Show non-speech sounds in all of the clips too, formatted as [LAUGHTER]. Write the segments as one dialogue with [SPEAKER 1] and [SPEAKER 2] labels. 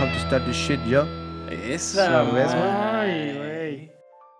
[SPEAKER 1] How to Start This Shit Yo.
[SPEAKER 2] Esa,
[SPEAKER 1] Sí, ¿ves, güey?
[SPEAKER 2] Ay,
[SPEAKER 3] Ay,
[SPEAKER 2] güey.
[SPEAKER 3] güey.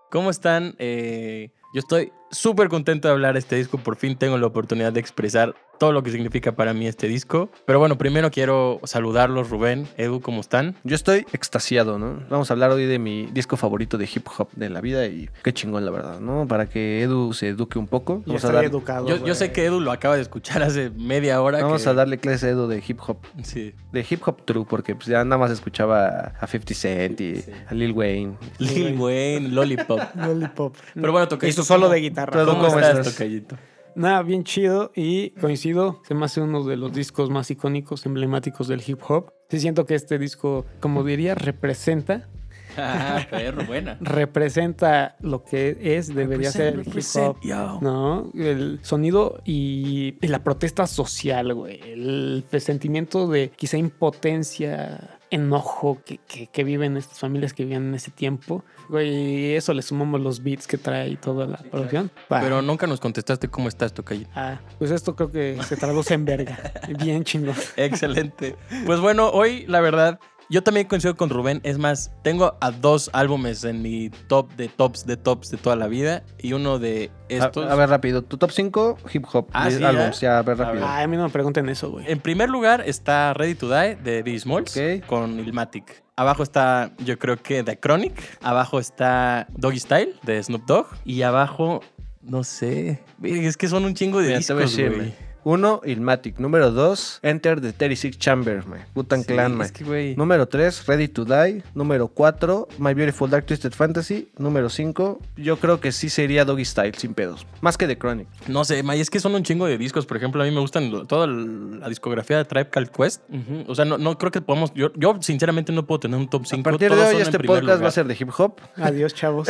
[SPEAKER 2] ¿Cómo están? Eh, yo estoy súper contento de hablar de este disco. Por fin tengo la oportunidad de expresar todo lo que significa para mí este disco. Pero bueno, primero quiero saludarlos, Rubén, Edu, ¿cómo están?
[SPEAKER 1] Yo estoy extasiado, ¿no? Vamos a hablar hoy de mi disco favorito de hip hop de la vida y qué chingón, la verdad, ¿no? Para que Edu se eduque un poco.
[SPEAKER 3] Yo
[SPEAKER 1] Vamos, a,
[SPEAKER 3] estoy
[SPEAKER 1] dar-
[SPEAKER 3] educado.
[SPEAKER 2] Yo, yo sé
[SPEAKER 3] güey.
[SPEAKER 2] que Edu lo acaba de escuchar hace media hora.
[SPEAKER 1] vamos
[SPEAKER 2] que-
[SPEAKER 1] a darle clase a Edu de hip hop.
[SPEAKER 2] Sí.
[SPEAKER 1] De hip hop true, porque pues, ya nada más escuchaba a 50 Cent y a Lil Wayne.
[SPEAKER 2] Lil Wayne, Lollipop.
[SPEAKER 3] Lollipop.
[SPEAKER 2] Pero bueno, toca.
[SPEAKER 3] Y su solo de guitarra.
[SPEAKER 1] Todo
[SPEAKER 2] ¿Cómo,
[SPEAKER 1] ¿Cómo
[SPEAKER 2] estás,
[SPEAKER 1] estás?
[SPEAKER 2] Tocayito?
[SPEAKER 3] Nada, bien chido y coincido. Se me hace uno de los discos más icónicos, emblemáticos del hip hop. Sí siento que este disco, como diría, representa,
[SPEAKER 2] Ah, perro, buena.
[SPEAKER 3] representa lo que es, debería ser el hip hop. No, el sonido y, y la protesta social, güey. El sentimiento de quizá impotencia, enojo que, que- que viven estas familias que vivían en ese tiempo. Güey, y eso le sumamos los beats que trae y toda la producción. Pa.
[SPEAKER 2] Pero nunca nos contestaste cómo estás, Tocayito.
[SPEAKER 3] Ah, pues esto creo que se traduce en verga.
[SPEAKER 2] [LAUGHS]
[SPEAKER 3] Bien chingón.
[SPEAKER 2] Excelente. Pues bueno, hoy la verdad, yo también coincido con Rubén. Es más, tengo a dos álbumes en mi top de tops de tops de toda la vida y uno de
[SPEAKER 1] A,
[SPEAKER 2] estos.
[SPEAKER 1] a ver, rápido. Tu top 5 hip hop.
[SPEAKER 2] Ah,
[SPEAKER 1] de
[SPEAKER 2] sí,
[SPEAKER 1] álbums,
[SPEAKER 2] ya.
[SPEAKER 1] ya, a ver,
[SPEAKER 2] A
[SPEAKER 1] rápido.
[SPEAKER 3] Ay, a mí no me pregunten eso, güey.
[SPEAKER 2] En primer lugar está Ready to Die de Biggie Smalls
[SPEAKER 1] Ok.
[SPEAKER 2] con Ilmatic. Abajo está, yo creo que The Chronic. Abajo está Doggy Style de Snoop Dogg. Y abajo, no sé. Es que son un chingo de
[SPEAKER 1] Mira, te voy a
[SPEAKER 2] discos,
[SPEAKER 1] decir,
[SPEAKER 2] güey.
[SPEAKER 1] man. Uno, Ilmatic. Número 2, Enter the 36 Chamber, man. Butan
[SPEAKER 2] Sí,
[SPEAKER 1] Clan, man.
[SPEAKER 2] es que, güey.
[SPEAKER 1] Número 3, Ready to Die. Número 4, My Beautiful Dark Twisted Fantasy. Número 5, yo creo que sí sería Doggy Style, sin pedos. Más que The Chronic.
[SPEAKER 2] No sé, ma, y es que son un chingo de discos. Por ejemplo, a mí me gustan lo- toda la discografía de Tribe Called Quest. Ujú, O sea, no, no creo que podamos. Yo, yo, sinceramente, no puedo tener un top 5.
[SPEAKER 1] a partir de hoy, este podcast va a ser de hip hop.
[SPEAKER 3] Adiós, chavos.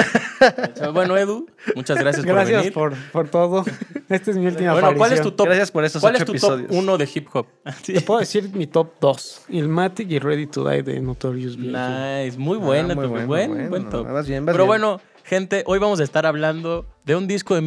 [SPEAKER 2] Bueno, Edu, muchas gracias, por
[SPEAKER 3] Gracias
[SPEAKER 2] venir.
[SPEAKER 3] por, por todo. Esta es mi última
[SPEAKER 2] bueno, ¿cuál es tu
[SPEAKER 3] aparición.
[SPEAKER 2] top?
[SPEAKER 1] Gracias por estos
[SPEAKER 2] ¿Cuál
[SPEAKER 1] ocho
[SPEAKER 2] es tu
[SPEAKER 1] episodios.
[SPEAKER 2] top 1 de hip
[SPEAKER 1] [LAUGHS]
[SPEAKER 2] hop? Sí.
[SPEAKER 3] Te puedo decir mi top 2. Ilmatic y Ready to Die de Notorious B.I.G.
[SPEAKER 2] Nice, muy
[SPEAKER 1] Ah,
[SPEAKER 2] buena,
[SPEAKER 1] muy
[SPEAKER 2] tu-
[SPEAKER 1] bueno,
[SPEAKER 2] buen,
[SPEAKER 1] bueno.
[SPEAKER 2] buen top.
[SPEAKER 1] Vas bien, vas
[SPEAKER 2] Pero
[SPEAKER 1] bien.
[SPEAKER 2] bueno, gente, hoy vamos a estar hablando de un disco de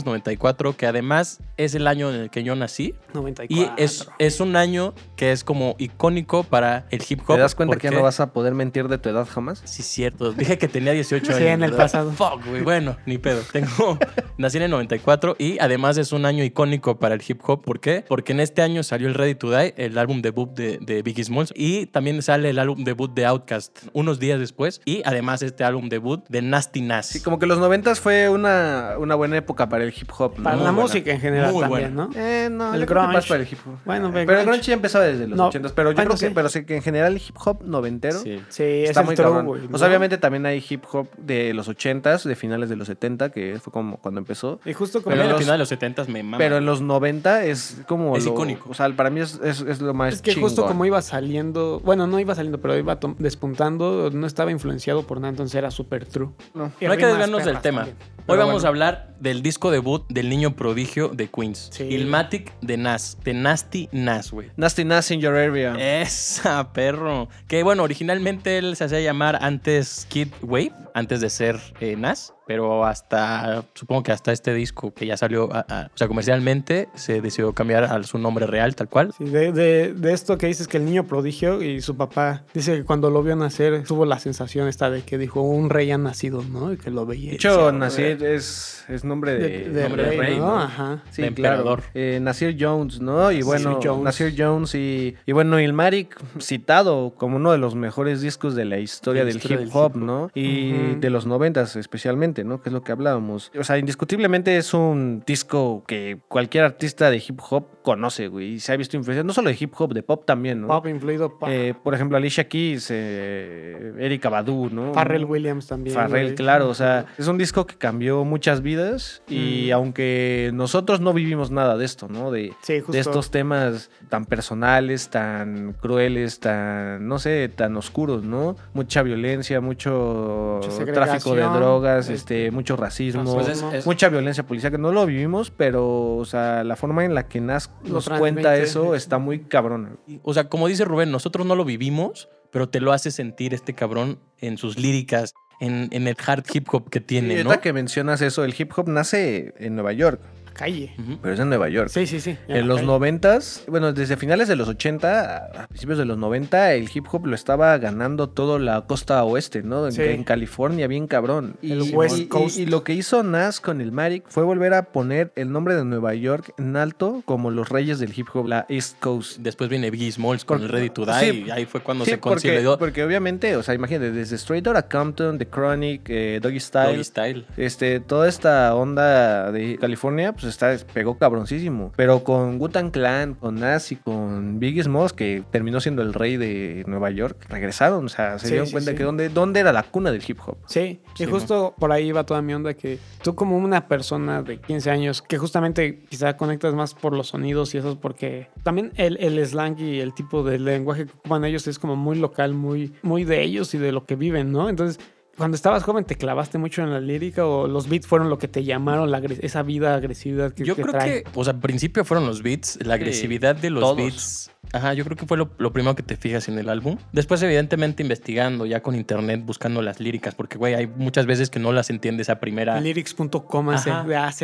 [SPEAKER 2] 1994 que además es el año en el que yo nací.
[SPEAKER 3] 94.
[SPEAKER 2] Y es, es un año que es como icónico para el hip hop.
[SPEAKER 1] ¿Te das cuenta que ya
[SPEAKER 2] porque-
[SPEAKER 1] no vas a poder mentir de tu edad jamás?
[SPEAKER 2] Sí, cierto. Dije que tenía 18
[SPEAKER 3] Sí,
[SPEAKER 2] años.
[SPEAKER 3] en el
[SPEAKER 2] ¿verdad?
[SPEAKER 3] pasado.
[SPEAKER 2] Fuck, güey. Bueno, ni pedo. Tengo. [LAUGHS] Nací en el 94 y además es un año icónico para el hip hop. ¿Por qué? Porque en este año salió el Ready to Die, el álbum debut de, de Biggie Smalls. Y también sale el álbum debut de Outkast unos días después. Y además este álbum debut de Nasty Nas.
[SPEAKER 1] Sí, como que los noventas fue una, una buena época para el hip hop. ¿no?
[SPEAKER 3] Para
[SPEAKER 2] Muy
[SPEAKER 3] la
[SPEAKER 2] buena.
[SPEAKER 3] música en general
[SPEAKER 2] Muy
[SPEAKER 3] también,
[SPEAKER 2] buena.
[SPEAKER 3] ¿no?
[SPEAKER 1] Eh, no,
[SPEAKER 3] El
[SPEAKER 1] yo creo que
[SPEAKER 3] grunge.
[SPEAKER 1] más para el hip hop.
[SPEAKER 3] Bueno,
[SPEAKER 1] Eh,
[SPEAKER 3] pero el
[SPEAKER 1] pero el
[SPEAKER 3] grunge-
[SPEAKER 1] grunge ya empezaba desde los
[SPEAKER 3] No,
[SPEAKER 1] ochentas, pero yo
[SPEAKER 3] bueno,
[SPEAKER 1] creo que,
[SPEAKER 3] sí.
[SPEAKER 1] pero sí que en general el hip hop noventero
[SPEAKER 2] Sí.
[SPEAKER 3] Sí,
[SPEAKER 1] está
[SPEAKER 3] es
[SPEAKER 1] muy
[SPEAKER 3] el true,
[SPEAKER 1] cabrón.
[SPEAKER 3] güey.
[SPEAKER 1] O
[SPEAKER 3] ¿no?
[SPEAKER 1] sea, obviamente también hay hip hop de los ochentas, de finales de los 70, que fue como cuando empezó.
[SPEAKER 3] Y justo como
[SPEAKER 2] Pero al
[SPEAKER 1] los-
[SPEAKER 2] final de los 70 me mama.
[SPEAKER 1] Pero en los 90 es como
[SPEAKER 2] Es
[SPEAKER 1] lo-
[SPEAKER 2] icónico.
[SPEAKER 1] O sea, para mí es, es- es lo más
[SPEAKER 3] Es que
[SPEAKER 1] chingón.
[SPEAKER 3] justo como iba saliendo, bueno, no iba saliendo, pero iba tom- despuntando, no estaba influenciado por nada, entonces era súper true.
[SPEAKER 1] No.
[SPEAKER 3] Y
[SPEAKER 2] no hay que
[SPEAKER 3] rimas
[SPEAKER 2] desviarnos del
[SPEAKER 3] perras
[SPEAKER 2] tema.
[SPEAKER 3] también.
[SPEAKER 2] Hoy
[SPEAKER 1] Pero
[SPEAKER 2] vamos
[SPEAKER 1] bueno.
[SPEAKER 2] a hablar del disco debut del niño prodigio de Queens.
[SPEAKER 3] Sí.
[SPEAKER 2] Ilmatic de Nas. De Nasty Nas, güey.
[SPEAKER 1] Nasty Nas in your area.
[SPEAKER 2] Eh, Esa, perro. Que bueno, originalmente él se hacía llamar antes Kid Wave, antes de ser eh, Nas, pero hasta, supongo que hasta este disco que ya salió, a- a- o sea, comercialmente se decidió cambiar a su nombre real, tal cual.
[SPEAKER 3] Sí, de, de- de esto que dices que el niño prodigio y su papá dice que cuando lo vio nacer tuvo la sensación esta de que dijo un rey ha nacido, ¿no? Y que lo veía. y
[SPEAKER 1] De
[SPEAKER 3] decía,
[SPEAKER 1] hecho, Nasir es, es nombre de,
[SPEAKER 3] de, de
[SPEAKER 1] nombre
[SPEAKER 3] rey, ¿no? Ajá.
[SPEAKER 1] Sí,
[SPEAKER 2] De
[SPEAKER 1] claro.
[SPEAKER 2] emperador.
[SPEAKER 1] Eh, Nasir Jones, ¿no? Y bueno,
[SPEAKER 3] Nasir Jones.
[SPEAKER 1] Nasir Jones y, y bueno, Ilmarik, citado como uno de los mejores discos de la historia
[SPEAKER 2] De la
[SPEAKER 1] del
[SPEAKER 2] historia
[SPEAKER 1] hip
[SPEAKER 2] del
[SPEAKER 1] hop,
[SPEAKER 2] hip hop.
[SPEAKER 1] ¿no? Y
[SPEAKER 3] Ujú.
[SPEAKER 1] de los noventas especialmente, ¿no? Que es lo que hablábamos. O sea, indiscutiblemente es un disco que cualquier artista de hip hop conoce, güey. Y se ha visto influencia, no solo de hip hop, de pop también, ¿no?
[SPEAKER 3] Pop influido por
[SPEAKER 1] Eh, por ejemplo, Alicia Keys, eh, Erika Badu, ¿no?
[SPEAKER 3] Farrell Williams también.
[SPEAKER 1] Farrell,
[SPEAKER 3] güey.
[SPEAKER 1] claro, o sea, es un disco que cambió muchas vidas y
[SPEAKER 3] Mm.
[SPEAKER 1] aunque nosotros no vivimos nada de esto, ¿no? De,
[SPEAKER 3] Sí, justo.
[SPEAKER 1] de estos temas tan personales, tan crueles, tan, no sé, tan oscuros, ¿no? Mucha violencia, mucho
[SPEAKER 3] Mucha segregación,
[SPEAKER 1] tráfico de drogas,
[SPEAKER 3] eh,
[SPEAKER 1] este, mucho racismo,
[SPEAKER 2] Pues es- es-
[SPEAKER 1] mucha violencia policial, que no lo vivimos, pero, o sea, la forma en la que Nas
[SPEAKER 3] Lo
[SPEAKER 1] nos
[SPEAKER 3] transmite.
[SPEAKER 1] cuenta eso está muy cabrón.
[SPEAKER 2] O sea, como dice Rubén, nosotros no lo vivimos, pero te lo hace sentir este cabrón en sus líricas, en, en el hard hip hop que
[SPEAKER 1] Y
[SPEAKER 2] tiene,
[SPEAKER 1] ahorita
[SPEAKER 2] ¿no?
[SPEAKER 1] que mencionas eso, el hip hop nace en Nueva York.
[SPEAKER 3] calle.
[SPEAKER 1] Pero es en Nueva York.
[SPEAKER 3] Sí, sí, sí.
[SPEAKER 1] En los
[SPEAKER 3] noventas.
[SPEAKER 1] noventas, bueno, desde finales de los 80 a- a principios de los 90, el hip hop lo estaba ganando toda la costa oeste, ¿no? En,
[SPEAKER 3] Sí.
[SPEAKER 1] en California, bien cabrón. Y,
[SPEAKER 3] El West
[SPEAKER 1] y-
[SPEAKER 3] Coast.
[SPEAKER 1] y lo que hizo Nas con el Marik fue volver a poner el nombre de Nueva York en alto como los reyes del hip hop, la East Coast.
[SPEAKER 2] Después viene Biggie Smalls con
[SPEAKER 1] Porque-
[SPEAKER 2] el Ready to Die
[SPEAKER 1] sí.
[SPEAKER 2] y ahí fue cuando
[SPEAKER 1] Sí,
[SPEAKER 2] se
[SPEAKER 1] porque,
[SPEAKER 2] consolidó
[SPEAKER 1] porque obviamente, o sea, imagínate, desde Straight Outta Compton, The Chronic, eh, Doggy Style,
[SPEAKER 2] Doggy Style.
[SPEAKER 1] este, toda esta onda de California, pues está, pegó cabroncísimo. Pero con Gutan Clan, con Nas y con Biggie Smalls, que terminó siendo el rey de Nueva York, regresaron. O sea, se
[SPEAKER 3] Sí,
[SPEAKER 1] dieron
[SPEAKER 3] sí,
[SPEAKER 1] cuenta
[SPEAKER 3] sí.
[SPEAKER 1] que dónde, dónde era la cuna del hip hop.
[SPEAKER 3] Sí,
[SPEAKER 2] pues, Sí,
[SPEAKER 3] y
[SPEAKER 2] ¿no?
[SPEAKER 3] justo por ahí va toda mi onda que tú como una persona de 15 años que justamente quizá conectas más por los sonidos y eso es porque también el, el slang y el tipo de lenguaje que ocupan ellos es como muy local, muy, muy de ellos y de lo que viven, ¿no? Entonces... Cuando estabas joven, ¿te clavaste mucho en la lírica o los beats fueron lo que te llamaron la agres- esa vida agresiva que,
[SPEAKER 2] yo
[SPEAKER 3] que
[SPEAKER 2] creo
[SPEAKER 3] trae?
[SPEAKER 2] que, o sea, al principio fueron los beats, la
[SPEAKER 1] Sí,
[SPEAKER 2] agresividad de los
[SPEAKER 1] todos.
[SPEAKER 2] beats. Ajá, yo creo que fue lo, lo primero que te fijas en el álbum. Después, evidentemente, investigando ya con internet, buscando las líricas, porque, güey, hay muchas veces que no las entiendes a primera.
[SPEAKER 3] Lyrics.com,
[SPEAKER 2] Ajá.
[SPEAKER 3] de AZ,